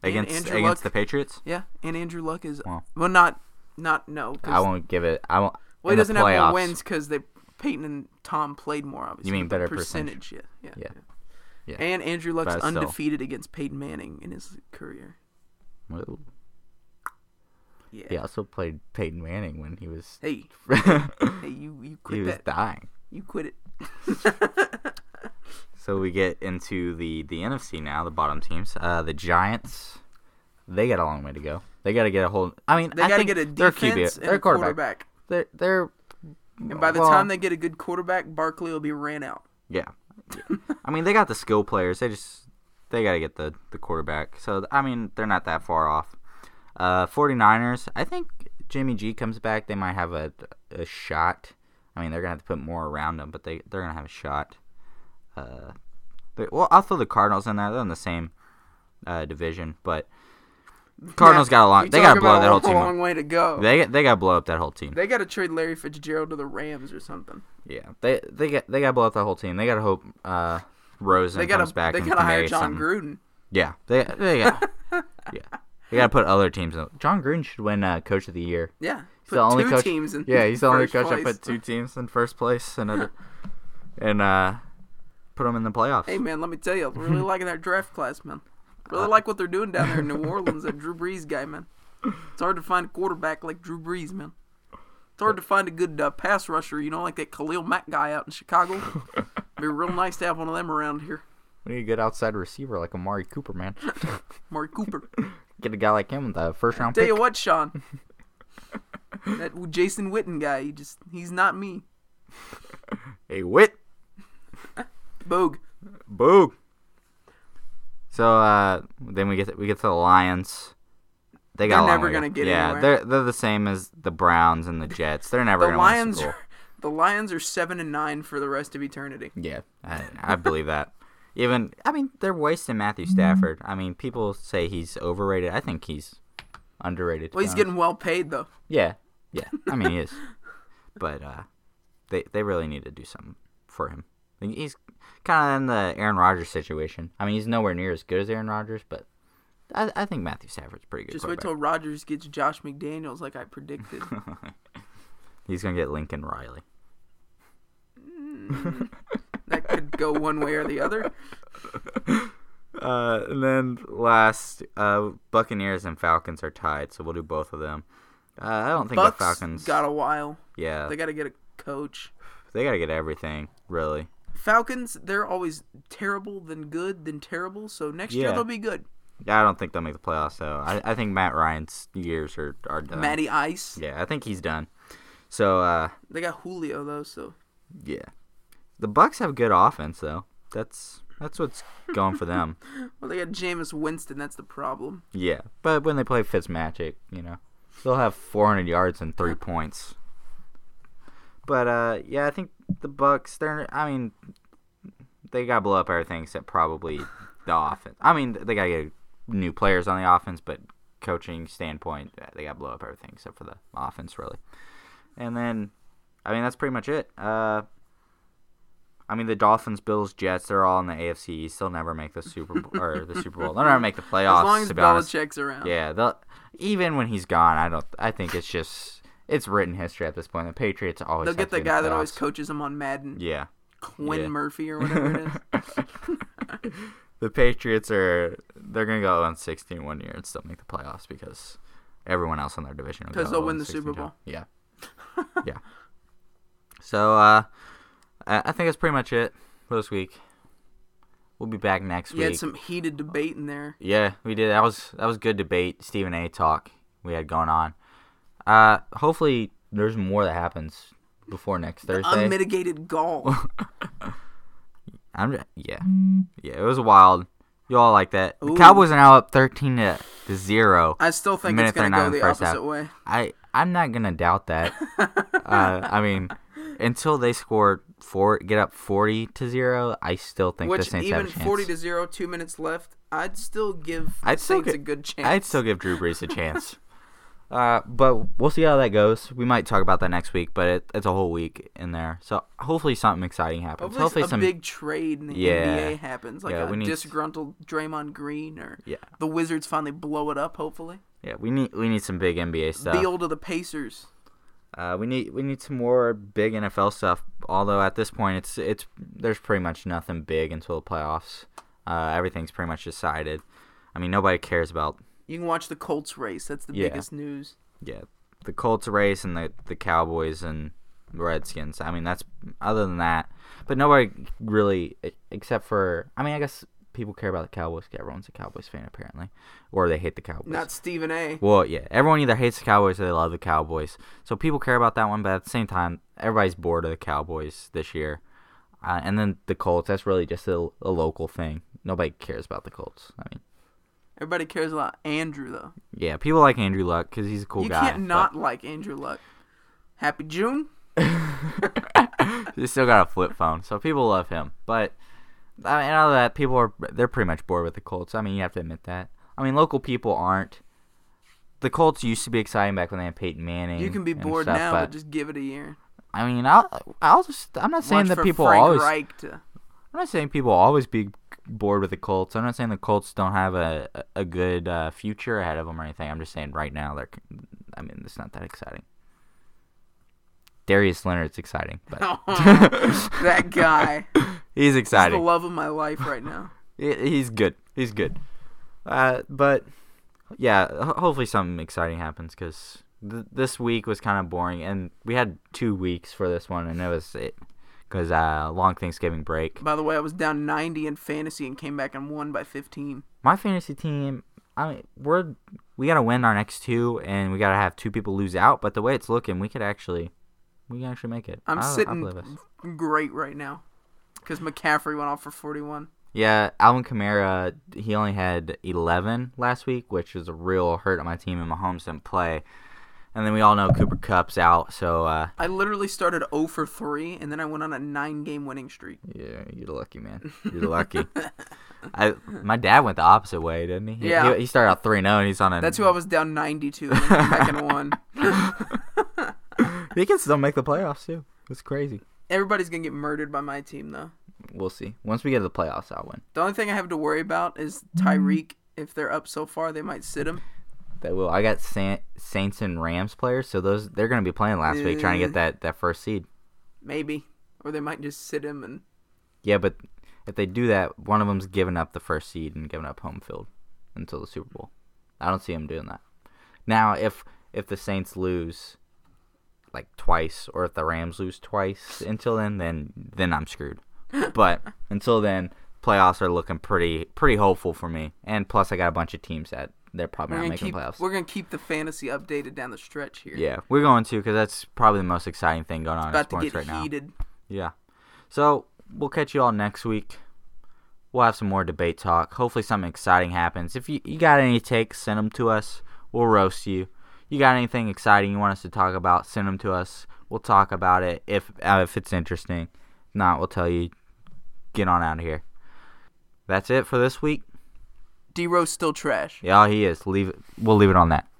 Speaker 1: against
Speaker 2: Andrew
Speaker 1: against
Speaker 2: Luck.
Speaker 1: the Patriots.
Speaker 2: Yeah, and Andrew Luck is
Speaker 1: Wow.
Speaker 2: well, not not no. 'cause-
Speaker 1: I won't give it. I won't.
Speaker 2: well,
Speaker 1: in
Speaker 2: he
Speaker 1: the
Speaker 2: doesn't have more
Speaker 1: playoffs.
Speaker 2: wins because they Peyton and Tom played more. Obviously,
Speaker 1: You mean
Speaker 2: but the
Speaker 1: better
Speaker 2: percentage? Yeah, yeah,
Speaker 1: Yeah. Yeah.
Speaker 2: And Andrew Luck's
Speaker 1: But still.
Speaker 2: undefeated against Peyton Manning in his career.
Speaker 1: Well,
Speaker 2: Yeah.
Speaker 1: He also played Peyton Manning when he was
Speaker 2: Hey,
Speaker 1: he
Speaker 2: hey, you you quit
Speaker 1: was
Speaker 2: that.
Speaker 1: dying.
Speaker 2: You quit it.
Speaker 1: So we get into the the NFC now, the bottom teams. Uh, the Giants, they got a long way to go. They got to get a whole. I mean,
Speaker 2: They
Speaker 1: I
Speaker 2: got to
Speaker 1: think
Speaker 2: get a
Speaker 1: their
Speaker 2: defense
Speaker 1: QB,
Speaker 2: and
Speaker 1: their
Speaker 2: a quarterback.
Speaker 1: They're, they're
Speaker 2: And by the
Speaker 1: well,
Speaker 2: time they get a good quarterback, Barkley will be ran out.
Speaker 1: yeah, Yeah. I mean they got the skill players. They just they got to get the the quarterback. So I mean they're not that far off. Uh, 49ers, I think Jimmy G comes back. They might have a, a shot. I mean, they're gonna have to put more around them, but they they're gonna have a shot. Uh, they, well, I'll throw the Cardinals in there. They're in the same uh, division, but Cardinals got a long.
Speaker 2: You
Speaker 1: They got to
Speaker 2: talk
Speaker 1: blow
Speaker 2: about
Speaker 1: that
Speaker 2: a
Speaker 1: whole team.
Speaker 2: long
Speaker 1: Up.
Speaker 2: way to go. They,
Speaker 1: They they got to blow up that whole team.
Speaker 2: got to trade Larry Fitzgerald to the Rams or something.
Speaker 1: Yeah, they they got they got to blow up that whole team. They got to hope uh, Rosen
Speaker 2: They
Speaker 1: comes
Speaker 2: got to
Speaker 1: back
Speaker 2: they
Speaker 1: and
Speaker 2: got to
Speaker 1: can
Speaker 2: hire
Speaker 1: make
Speaker 2: John
Speaker 1: something.
Speaker 2: Gruden.
Speaker 1: Yeah, they they got yeah they got to put other teams. in. John Gruden should win uh, Coach of the Year.
Speaker 2: Yeah,
Speaker 1: He's
Speaker 2: put
Speaker 1: the only
Speaker 2: two
Speaker 1: coach-
Speaker 2: teams in.
Speaker 1: Yeah, he's the only
Speaker 2: first
Speaker 1: coach that
Speaker 2: place.
Speaker 1: put two teams in first place and a, and uh, put them in the playoffs.
Speaker 2: Hey man, let me tell you, I'm really liking that draft class, man. Really like what they're doing down there in New Orleans. That Drew Brees guy, man. It's hard to find a quarterback like Drew Brees, man. It's hard to find a good uh, pass rusher, you know, like that Khalil Mack guy out in Chicago. Be real nice to have one of them around here.
Speaker 1: We need a good outside receiver like Amari Cooper, man.
Speaker 2: Mark Cooper.
Speaker 1: Get a guy like him with a first round
Speaker 2: Tell
Speaker 1: pick.
Speaker 2: you what, Sean. That Jason Witten guy, he just he's not me.
Speaker 1: Hey, Wit.
Speaker 2: Bogue.
Speaker 1: Boo. So uh, then we get we get to the Lions. They got
Speaker 2: They're
Speaker 1: a long
Speaker 2: never
Speaker 1: way
Speaker 2: gonna get
Speaker 1: yeah.
Speaker 2: anywhere.
Speaker 1: They're they're the same as the Browns and the Jets. They're never
Speaker 2: The
Speaker 1: gonna
Speaker 2: Lions
Speaker 1: win a
Speaker 2: are,
Speaker 1: Super
Speaker 2: the Lions are seven and nine for the rest of eternity.
Speaker 1: Bowl. Yeah, I, I believe that. Even I mean they're wasting
Speaker 2: Mm-hmm.
Speaker 1: Matthew Stafford. I mean people say he's overrated. I think he's underrated. to
Speaker 2: Well
Speaker 1: be
Speaker 2: he's
Speaker 1: honest.
Speaker 2: getting well paid though.
Speaker 1: yeah yeah. I mean he is, but uh, they they really need to do something for him. I think He's kind of in the Aaron Rodgers situation. I mean he's nowhere near as good as Aaron Rodgers, but I, I think Matthew Stafford's a pretty good.
Speaker 2: Just wait
Speaker 1: quarterback.
Speaker 2: till Rodgers gets Josh McDaniels like I predicted.
Speaker 1: He's gonna get Lincoln Riley.
Speaker 2: that could go one way or the other.
Speaker 1: Uh, and then last, uh, Buccaneers and Falcons are tied, so we'll do both of them. Uh, I don't think
Speaker 2: Bucks
Speaker 1: the Falcons. Oh.
Speaker 2: got a while.
Speaker 1: yeah,
Speaker 2: They
Speaker 1: they,
Speaker 2: got to get a coach.
Speaker 1: gotta get everything really.
Speaker 2: Falcons, they're always terrible, then good, then terrible. So next year
Speaker 1: Yeah.
Speaker 2: they'll be good.
Speaker 1: Yeah, I don't think they'll make the playoffs though. I, I think Matt Ryan's years are are done.
Speaker 2: Matty Ice.
Speaker 1: Yeah, I think he's done. So uh,
Speaker 2: They got Julio though, so
Speaker 1: yeah, the Bucks have good offense though. That's that's what's going for them.
Speaker 2: well they got Jameis Winston. That's the problem.
Speaker 1: Yeah, but when they play Fitzmagic, you know, they'll have 400 yards and three points. But uh, yeah, I think the Bucks. They're. I mean, they got to blow up everything except probably the offense. I mean, they got to get new players on the offense, but coaching standpoint, uh, they got to blow up everything except for the offense, really. And then, I mean, that's pretty much it. Uh, I mean, the Dolphins, Bills, Jets, they're all in the AFC East. They'll never make the Super Bowl or the Super Bowl. They'll never make the playoffs.
Speaker 2: As long as
Speaker 1: to be honest.
Speaker 2: Belichick's around.
Speaker 1: Yeah, they'll, even when he's gone, I don't. I think it's just it's written history at this point. The Patriots always
Speaker 2: They'll
Speaker 1: have
Speaker 2: get
Speaker 1: to
Speaker 2: the
Speaker 1: be in
Speaker 2: guy that
Speaker 1: playoffs.
Speaker 2: always coaches them on Madden,
Speaker 1: Yeah,
Speaker 2: Quinn
Speaker 1: yeah.
Speaker 2: Murphy or whatever it is.
Speaker 1: the Patriots are they're gonna go on 16 one year and still make the playoffs because everyone else in their division will
Speaker 2: 'Cause
Speaker 1: go
Speaker 2: they'll win the
Speaker 1: 0-16
Speaker 2: Super
Speaker 1: too.
Speaker 2: Bowl.
Speaker 1: Yeah, yeah. So uh, I I think that's pretty much it for this week. We'll be back next
Speaker 2: You
Speaker 1: week.
Speaker 2: had some heated debate in there.
Speaker 1: Yeah, we did. That was that was good debate, Stephen A. talk we had going on. Uh, hopefully there's more that happens before next Thursday.
Speaker 2: Unmitigated gall.
Speaker 1: I'm ju- yeah, yeah. It was wild. You all like that. The
Speaker 2: Ooh.
Speaker 1: Cowboys are now up thirteen to, to zero.
Speaker 2: I still think
Speaker 1: Minute
Speaker 2: it's gonna go
Speaker 1: 39
Speaker 2: the
Speaker 1: first
Speaker 2: opposite
Speaker 1: half.
Speaker 2: way.
Speaker 1: I I'm not gonna doubt that. uh, I mean, until they score four, get up forty to zero, I still think the
Speaker 2: Which
Speaker 1: Saints
Speaker 2: even
Speaker 1: have a chance.
Speaker 2: forty to zero, two minutes left, I'd still give
Speaker 1: I'd
Speaker 2: the
Speaker 1: still
Speaker 2: Saints
Speaker 1: gi-
Speaker 2: a good chance.
Speaker 1: I'd still give Drew Brees a chance. Uh, but we'll see how that goes. We might talk about that next week, but it, it's a whole week in there. So hopefully something exciting happens.
Speaker 2: hopefully,
Speaker 1: Hopefully,
Speaker 2: a
Speaker 1: some
Speaker 2: big trade in the
Speaker 1: Yeah.
Speaker 2: NBA happens, like
Speaker 1: Yeah,
Speaker 2: a
Speaker 1: we need-
Speaker 2: disgruntled Draymond Green or
Speaker 1: Yeah.
Speaker 2: the Wizards finally blow it up. Hopefully,
Speaker 1: yeah. We need we need some big NBA
Speaker 2: the
Speaker 1: stuff.
Speaker 2: old of the Pacers.
Speaker 1: Uh, we need we need some more big NFL stuff. Although at this point, it's it's there's pretty much nothing big until the playoffs. Uh, everything's pretty much decided. I mean, nobody cares about
Speaker 2: You can watch the Colts race. That's the
Speaker 1: Yeah.
Speaker 2: biggest news.
Speaker 1: yeah, the Colts race and the the Cowboys and Redskins. I mean, that's other than that, but nobody really, e- except for I mean, I guess people care about the Cowboys. 'cause Everyone's a Cowboys fan apparently, or they hate the Cowboys.
Speaker 2: Not Stephen A.
Speaker 1: well, yeah, everyone either hates the Cowboys or they love the Cowboys. So people care about that one, but at the same time, everybody's bored of the Cowboys this year. Uh, and then the Colts, that's really just a, a local thing. Nobody cares about the Colts. I mean,
Speaker 2: Everybody cares about Andrew though.
Speaker 1: yeah, people like Andrew Luck because he's a cool
Speaker 2: you
Speaker 1: guy.
Speaker 2: can't not like Andrew Luck. Happy June.
Speaker 1: He's still got a flip phone, so people love him. But I mean, out of that, people are they're pretty much bored with the Colts. I mean, you have to admit that. I mean, local people aren't, the Colts used to be exciting back when they had Peyton Manning.
Speaker 2: You can be
Speaker 1: and
Speaker 2: bored
Speaker 1: stuff,
Speaker 2: now,
Speaker 1: but
Speaker 2: but just give it a year.
Speaker 1: I mean, I'll, I'll just. I'm not saying
Speaker 2: Watch
Speaker 1: that
Speaker 2: for
Speaker 1: people
Speaker 2: Frank
Speaker 1: always.
Speaker 2: Reich to-
Speaker 1: I'm not saying people always be bored with the Colts. I'm not saying the Colts don't have a a good uh, future ahead of them or anything. I'm just saying right now they're. I mean, it's not that exciting. Darius Leonard's exciting, but
Speaker 2: that guy.
Speaker 1: he's
Speaker 2: He's the
Speaker 1: exciting.
Speaker 2: love of my life right now.
Speaker 1: He- He's good. He's good. Uh, but yeah, ho- hopefully something exciting happens because th- this week was kind of boring, and we had two weeks for this one, and it was it because uh, long Thanksgiving break.
Speaker 2: By the way, I was down 90 in fantasy and came back and won by 15.
Speaker 1: my fantasy team i mean we're we gotta win our next two and we gotta have two people lose out but the way it's looking we could actually we can actually make it
Speaker 2: I'm
Speaker 1: I- I believe us.
Speaker 2: sitting great right now because McCaffrey went off for 41.
Speaker 1: yeah alvin kamara he only had 11 last week which was a real hurt on my team and mahomes didn't play and then we all know cooper cups out so uh
Speaker 2: I literally started 0 for 3, and then I went on a nine game winning streak.
Speaker 1: yeah you're lucky man you're lucky I, my dad went the opposite way, didn't he? He-
Speaker 2: Yeah.
Speaker 1: He, he started out 3 0 and he's on a.
Speaker 2: That's who I was down 92 and then came back and won.
Speaker 1: He can still make the playoffs, too. It's crazy.
Speaker 2: Everybody's going to get murdered by my team, though.
Speaker 1: We'll see. Once we get to the playoffs, I'll win.
Speaker 2: The only thing I have to worry about is Tyreek. If they're up so far, they might sit him.
Speaker 1: That will. I got San- Saints and Rams players, so those they're going to be playing last week, trying to get that that first seed.
Speaker 2: Maybe. Or they might just sit him and
Speaker 1: Yeah, but if they do that, one of them's giving up the first seed and giving up home field until the Super Bowl. I don't see them doing that. Now, if if the Saints lose like twice, or if the Rams lose twice until then, then then I'm screwed. But until then, playoffs are looking pretty pretty hopeful for me. And plus, I got a bunch of teams that they're probably
Speaker 2: We're
Speaker 1: not
Speaker 2: gonna,
Speaker 1: making
Speaker 2: keep,
Speaker 1: playoffs.
Speaker 2: we're gonna keep the fantasy updated down the stretch here.
Speaker 1: Yeah, we're going to because that's probably the most exciting thing going on in
Speaker 2: About to
Speaker 1: sports
Speaker 2: get
Speaker 1: right now.
Speaker 2: heated.
Speaker 1: Yeah. So we'll catch you all next week. We'll have some more debate talk. Hopefully, something exciting happens. If you, you got any takes, send them to us. We'll roast you. You got anything exciting you want us to talk about? Send them to us. We'll talk about it if uh, if it's interesting. If not, we'll tell you. Get on out of here. That's it for this week.
Speaker 2: D Rose still trash.
Speaker 1: Yeah, he is. Leave. it. We'll leave it on that.